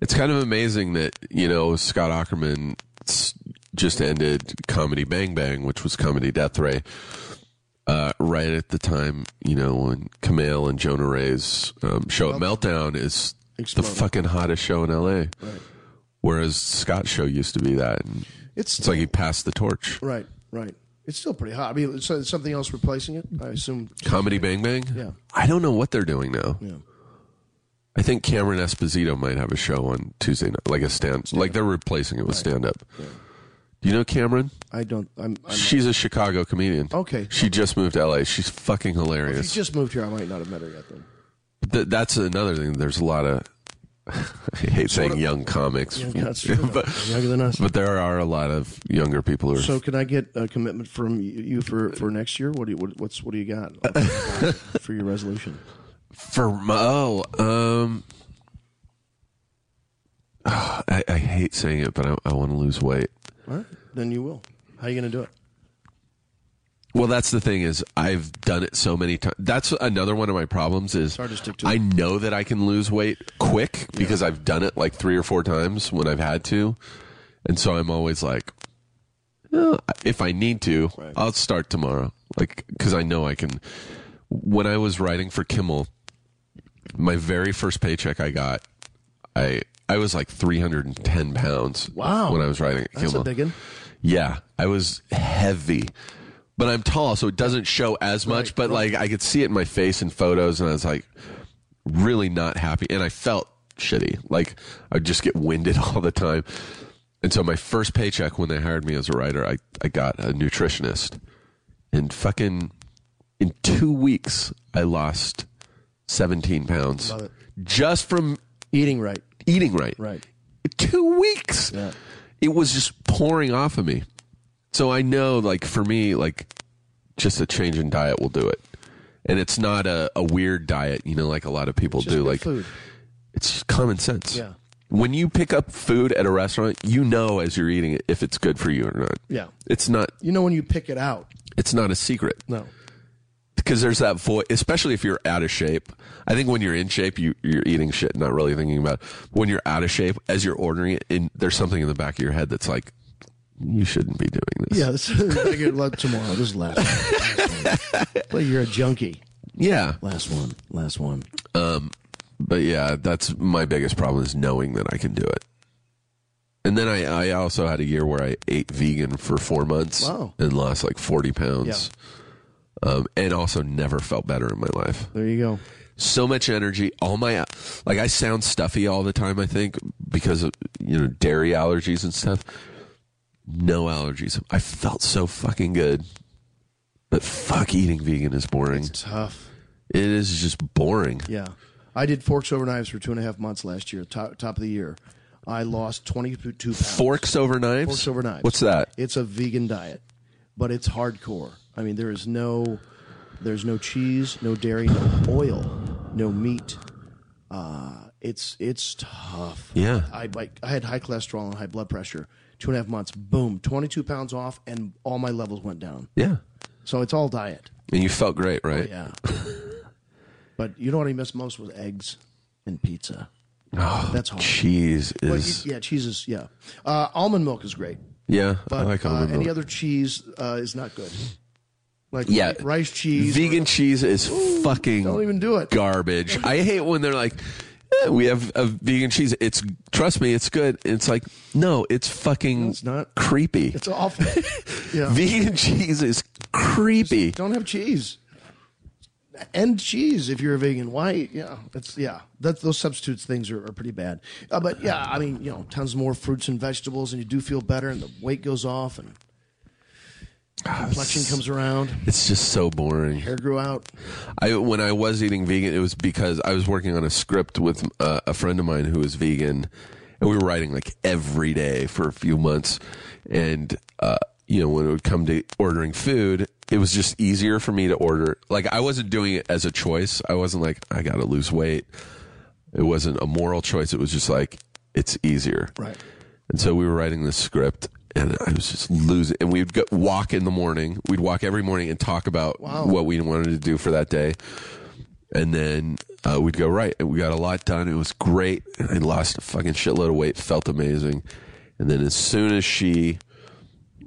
S6: It's kind of amazing that you know Scott Ackerman s- just ended Comedy Bang Bang, which was Comedy Death Ray, uh, right at the time you know when Camille and Jonah Ray's um, show at Meltdown is
S4: Exploded.
S6: the fucking hottest show in L.A. Whereas Scott's show used to be that. And
S4: It's,
S6: it's like he passed the torch.
S4: right, right. It's still pretty hot. I mean, so is something else replacing it. I assume.
S6: Comedy Bang Bang.
S4: Yeah.
S6: I don't know what they're doing now.
S4: Yeah.
S6: I think Cameron Esposito might have a show on Tuesday night, like a stand, like they're replacing it with stand up. Do you know Cameron?
S4: I don't. I'm. I'm
S6: She's a Chicago comedian.
S4: Okay.
S6: She just moved to LA. She's fucking
S4: if
S6: hilarious.
S4: you just moved here, I might not have met her yet. Then.
S6: Th- that's another thing. There's a lot of [laughs] I hate saying young comics,
S4: Yeah, that's true.
S6: but
S4: Younger than us.
S6: but there are a lot of younger people who are
S4: So can I get a commitment from y- you for, for next year? What do you, what, what's what do you got [laughs] for your resolution?
S6: for my, oh um [sighs] I, I hate saying it, but I, I want to lose weight.
S4: All right, then you will. How are you going to do it?
S6: Well, that's the thing is I've done it so many times. That's another one of my problems is
S4: hard to stick to.
S6: I know that I can lose weight quick because I've done it like three or four times when I've had to, and so I'm always like, "Eh, if I need to, I'll start tomorrow. Like because I know I can. When I was writing for Kimmel, my very first paycheck I got, I I was like 310 pounds.
S4: Wow.
S6: When I was writing at
S4: That's
S6: Kimmel,
S4: a big one.
S6: yeah, I was heavy, but I'm tall, so it doesn't show as much. but like I could see it in my face in photos, and I was like really not happy, and I felt shitty. Like I would just get winded [laughs] all the time. And so my first paycheck when they hired me as a writer, I, I got a nutritionist, and fucking in two weeks I lost 17 pounds
S4: Love it.
S6: just from
S4: Eating right,
S6: eating right
S4: right.
S6: two weeks.
S4: Yeah.
S6: It was just pouring off of me. So I know, like, for me, like, just a change in diet will do it. And it's not a, a weird diet, you know, like a lot of people
S4: Just
S6: do.
S4: good
S6: Like,
S4: food.
S6: it's just common sense.
S4: Yeah.
S6: When you pick up food at a restaurant, you know as you're eating it if it's good for you or not.
S4: Yeah.
S6: It's not.
S4: You know when you pick it out.
S6: It's not a secret
S4: No.
S6: because there's that void, especially if you're out of shape. I think when you're in shape, you, you're eating shit, not really thinking about it. when you're out of shape as you're ordering it. And there's something in the back of your head that's like, you shouldn't be doing this.
S4: Yeah, this [laughs] is bigger luck tomorrow. This is last. one. Last [laughs] one. Well, you're a junkie.
S6: Yeah.
S4: Last one. Last one.
S6: But yeah, that's my biggest problem is knowing that I can do it. And then I, I also had a year where I ate vegan for four months
S4: Wow.
S6: and lost like 40 pounds. Um, and also never felt better in my life.
S4: There you go.
S6: so much energy. All my like I sound stuffy all the time. I think because of you know dairy allergies and stuff. No allergies. I felt so fucking good, but fuck eating vegan is boring.
S4: Tough.
S6: It is just boring.
S4: Yeah. I did forks over knives for two and a half months last year, top, top of the year. I lost 22 pounds.
S6: Forks over knives.
S4: Forks over knives.
S6: What's that?
S4: It's a vegan diet, but it's hardcore. I mean, there is no, there's no cheese, no dairy, no oil, no meat. Uh, it's it's tough.
S6: Yeah.
S4: I like I had high cholesterol and high blood pressure. Two and a half months, boom, twenty two pounds off, and all my levels went down.
S6: Yeah.
S4: So it's all diet.
S6: And you felt great, right?
S4: Oh, Yeah. [laughs] but you know what I miss most was eggs and pizza. That's hard.
S6: Oh, Cheese
S4: But
S6: is.
S4: you- yeah, cheese is yeah. Uh, almond milk is great,
S6: yeah.
S4: but
S6: I like
S4: uh,
S6: almond
S4: any
S6: milk.
S4: other cheese uh, is not good. Like
S6: Yeah.
S4: ri- rice cheese.
S6: Vegan cheese is fucking
S4: don't even do it.
S6: garbage.
S4: [laughs]
S6: I hate when they're like, "Eh, we have a vegan cheese. It's trust me, it's good. It's like no, it's fucking
S4: it's not.
S6: creepy.
S4: It's
S6: [laughs]
S4: awful. [laughs] yeah,
S6: Vegan [laughs] cheese is creepy.
S4: don't have cheese. And cheese if you're a vegan. Why? Yeah, that's yeah. That those substitutes things are, are pretty bad. Uh, but yeah, I mean, you know, tons more fruits and vegetables, and you do feel better, and the weight goes off, and complexion comes around.
S6: It's just so boring.
S4: Hair
S6: [sighs]
S4: grew out.
S6: I when I was eating vegan, it was because I was working on a script with uh, a friend of mine who was vegan, and we were writing like every day for a few months. And uh, you know, when it would come to ordering food, it was just easier for me to order. Like I wasn't doing it as a choice. I wasn't like I got to lose weight. It wasn't a moral choice. It was just like it's easier.
S4: Right.
S6: And so we were writing this script, and I was just losing. And we'd go, walk in the morning. We'd walk every morning and talk about what we wanted to do for that day. And then uh, we'd go right. And we got a lot done. It was great. And I lost a fucking shitload of weight. Felt amazing. And then as soon as she,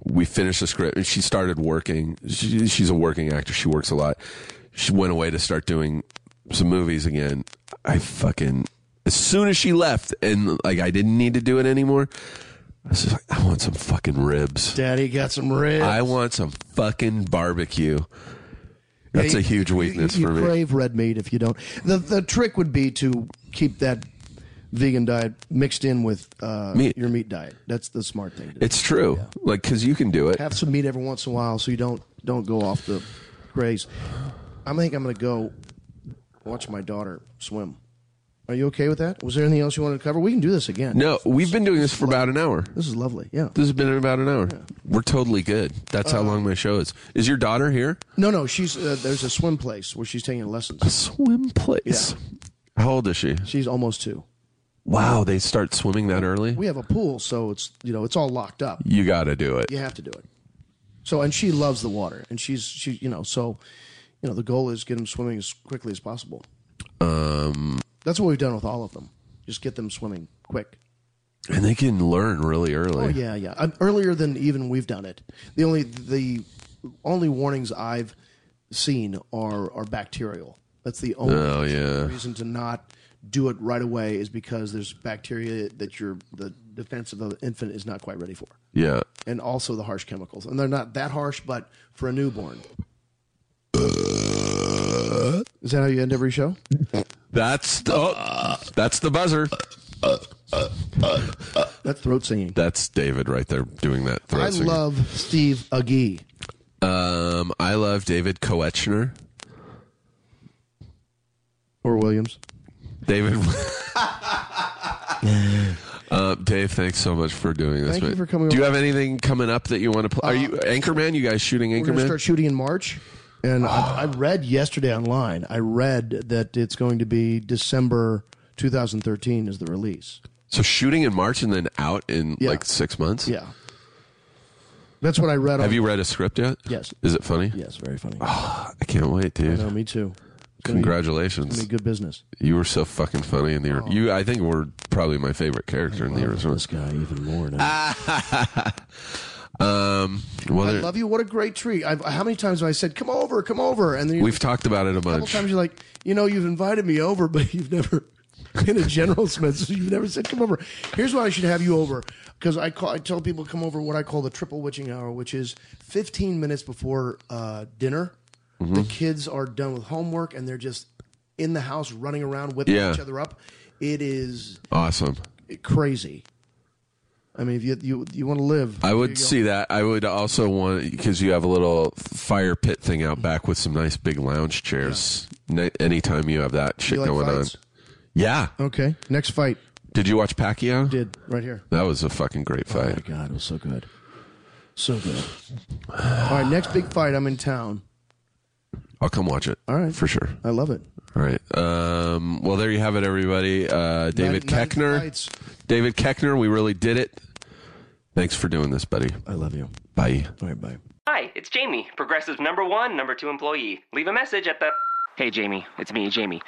S6: we finished the script, and she started working. She, she's a working actor. She works a lot. She went away to start doing some movies again. I fucking as soon as she left, and like I didn't need to do it anymore. I was just like, I want some fucking ribs.
S4: Daddy got some ribs.
S6: I want some fucking barbecue. That's
S4: Yeah,
S6: a
S4: you-
S6: huge weakness
S4: you,
S6: for
S4: you
S6: me.
S4: crave red meat if you don't. The the trick would be to keep that vegan diet mixed in with uh,
S6: Meat.
S4: your meat diet. That's the smart thing. To do.
S6: It's true. Like 'cause Like, cause you can do it.
S4: Have some meat every once in a while so you don't don't go off the craze. I think I'm going to go watch my daughter swim. Are you okay with that? Was there anything else you wanted to cover? We can do this again.
S6: No, we've been doing this for about an hour.
S4: This is lovely. Yeah.
S6: This has been about an hour. We're totally good. That's
S4: Uh,
S6: how long my show is. Is your daughter here?
S4: No, no. She's uh, there's a swim place where she's taking lessons.
S6: Swim place. How old is she?
S4: She's almost two.
S6: Wow, they start swimming that early?
S4: We have a pool, so it's you know it's all locked up.
S6: You got to do it.
S4: you have to do it. So, and she loves the water, and she's she, you know, so, you know, the goal is get them swimming as quickly as possible.
S6: Um,
S4: That's what we've done with all of them. Just get them swimming quick.
S6: and they can learn really early.
S4: Oh yeah, yeah. Um, earlier than even we've done it. The only the only warnings I've seen are are bacterial. That's the only
S6: Oh, yeah.
S4: reason to not do it right away is because there's bacteria that your the defense of the infant is not quite ready for,
S6: Yeah.
S4: and also the harsh chemicals. And they're not that harsh, but for a newborn, Is that how you end every show?
S6: That's the, oh, that's the buzzer.
S4: That's throat singing.
S6: That's David right there doing that throat
S4: I
S6: singing.
S4: love Steve Agee.
S6: um, I love David Koechner.
S4: Or Williams.
S6: David. [laughs] Uh, Dave, thanks so much for doing this.
S4: Thank you
S6: man.
S4: for coming
S6: Do you
S4: over.
S6: have anything coming up that you want to play? Are you Anchorman? You guys shooting
S4: We're going to
S6: Anchorman? Ah.
S4: start shooting in March. And I, I read yesterday online, I read that it's going to be December 2013 is the release.
S6: So shooting in March and then out in
S4: Yeah.
S6: like six months.
S4: Yeah. That's what I read.
S6: Have
S4: on,
S6: you Ah. read a script yet?
S4: Yes.
S6: Is it funny?
S4: Yes, very funny.
S6: I can't wait, dude.
S4: no, me too. It's gonna be- It's
S6: Congratulations.
S4: going to be good business.
S6: You were so fucking funny in the you. I think were probably my favorite character in the original.
S4: This guy even more now.
S6: Um, well,
S4: I
S6: there-
S4: love you. What a great treat. I've, how many times have I said, come over, come over? And then you
S6: we've talked about it a
S4: couple
S6: bunch.
S4: times you're like, you know, you've invited me over, but [laughs] you've never in a general sense, you've never said come over. Here's why I should have you over because I call I tell people come over what I call the triple witching hour, which is 15 minutes before uh, dinner.
S6: Mm-hmm.
S4: The kids are done with homework and they're just in the house running around whipping
S6: Yeah.
S4: each other up. It is
S6: Awesome.
S4: crazy. I mean, if you you you want to live,
S6: I would see that. I would also want because you have a little fire pit thing out back with some nice big lounge chairs. Ni- anytime you have that shit
S4: You like
S6: going
S4: fights?
S6: on, yeah.
S4: Okay, next fight.
S6: Did you watch Pacquiao?
S4: Did right here.
S6: That was a fucking great
S4: Oh my
S6: fight.
S4: god, it was so good, so good. All right, next big fight. I'm in town.
S6: I'll come watch it.
S4: All right.
S6: for sure.
S4: I love it.
S6: All right. Um, well, there you have it, everybody. Uh, David
S4: Nine- nine
S6: Keckner.
S4: fights.
S6: David Keckner, we really did it. Thanks for doing this, buddy.
S4: I love you.
S6: Bye.
S4: All right, bye.
S7: Hi, it's Jamie, Progressive number one, number two employee. Leave a message at the. Hey, Jamie, it's me, Jamie.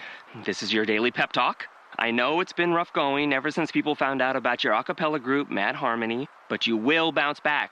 S7: This is your daily pep talk. I know it's been rough going ever since people found out about your a cappella group, Mad Harmony, but you will bounce back.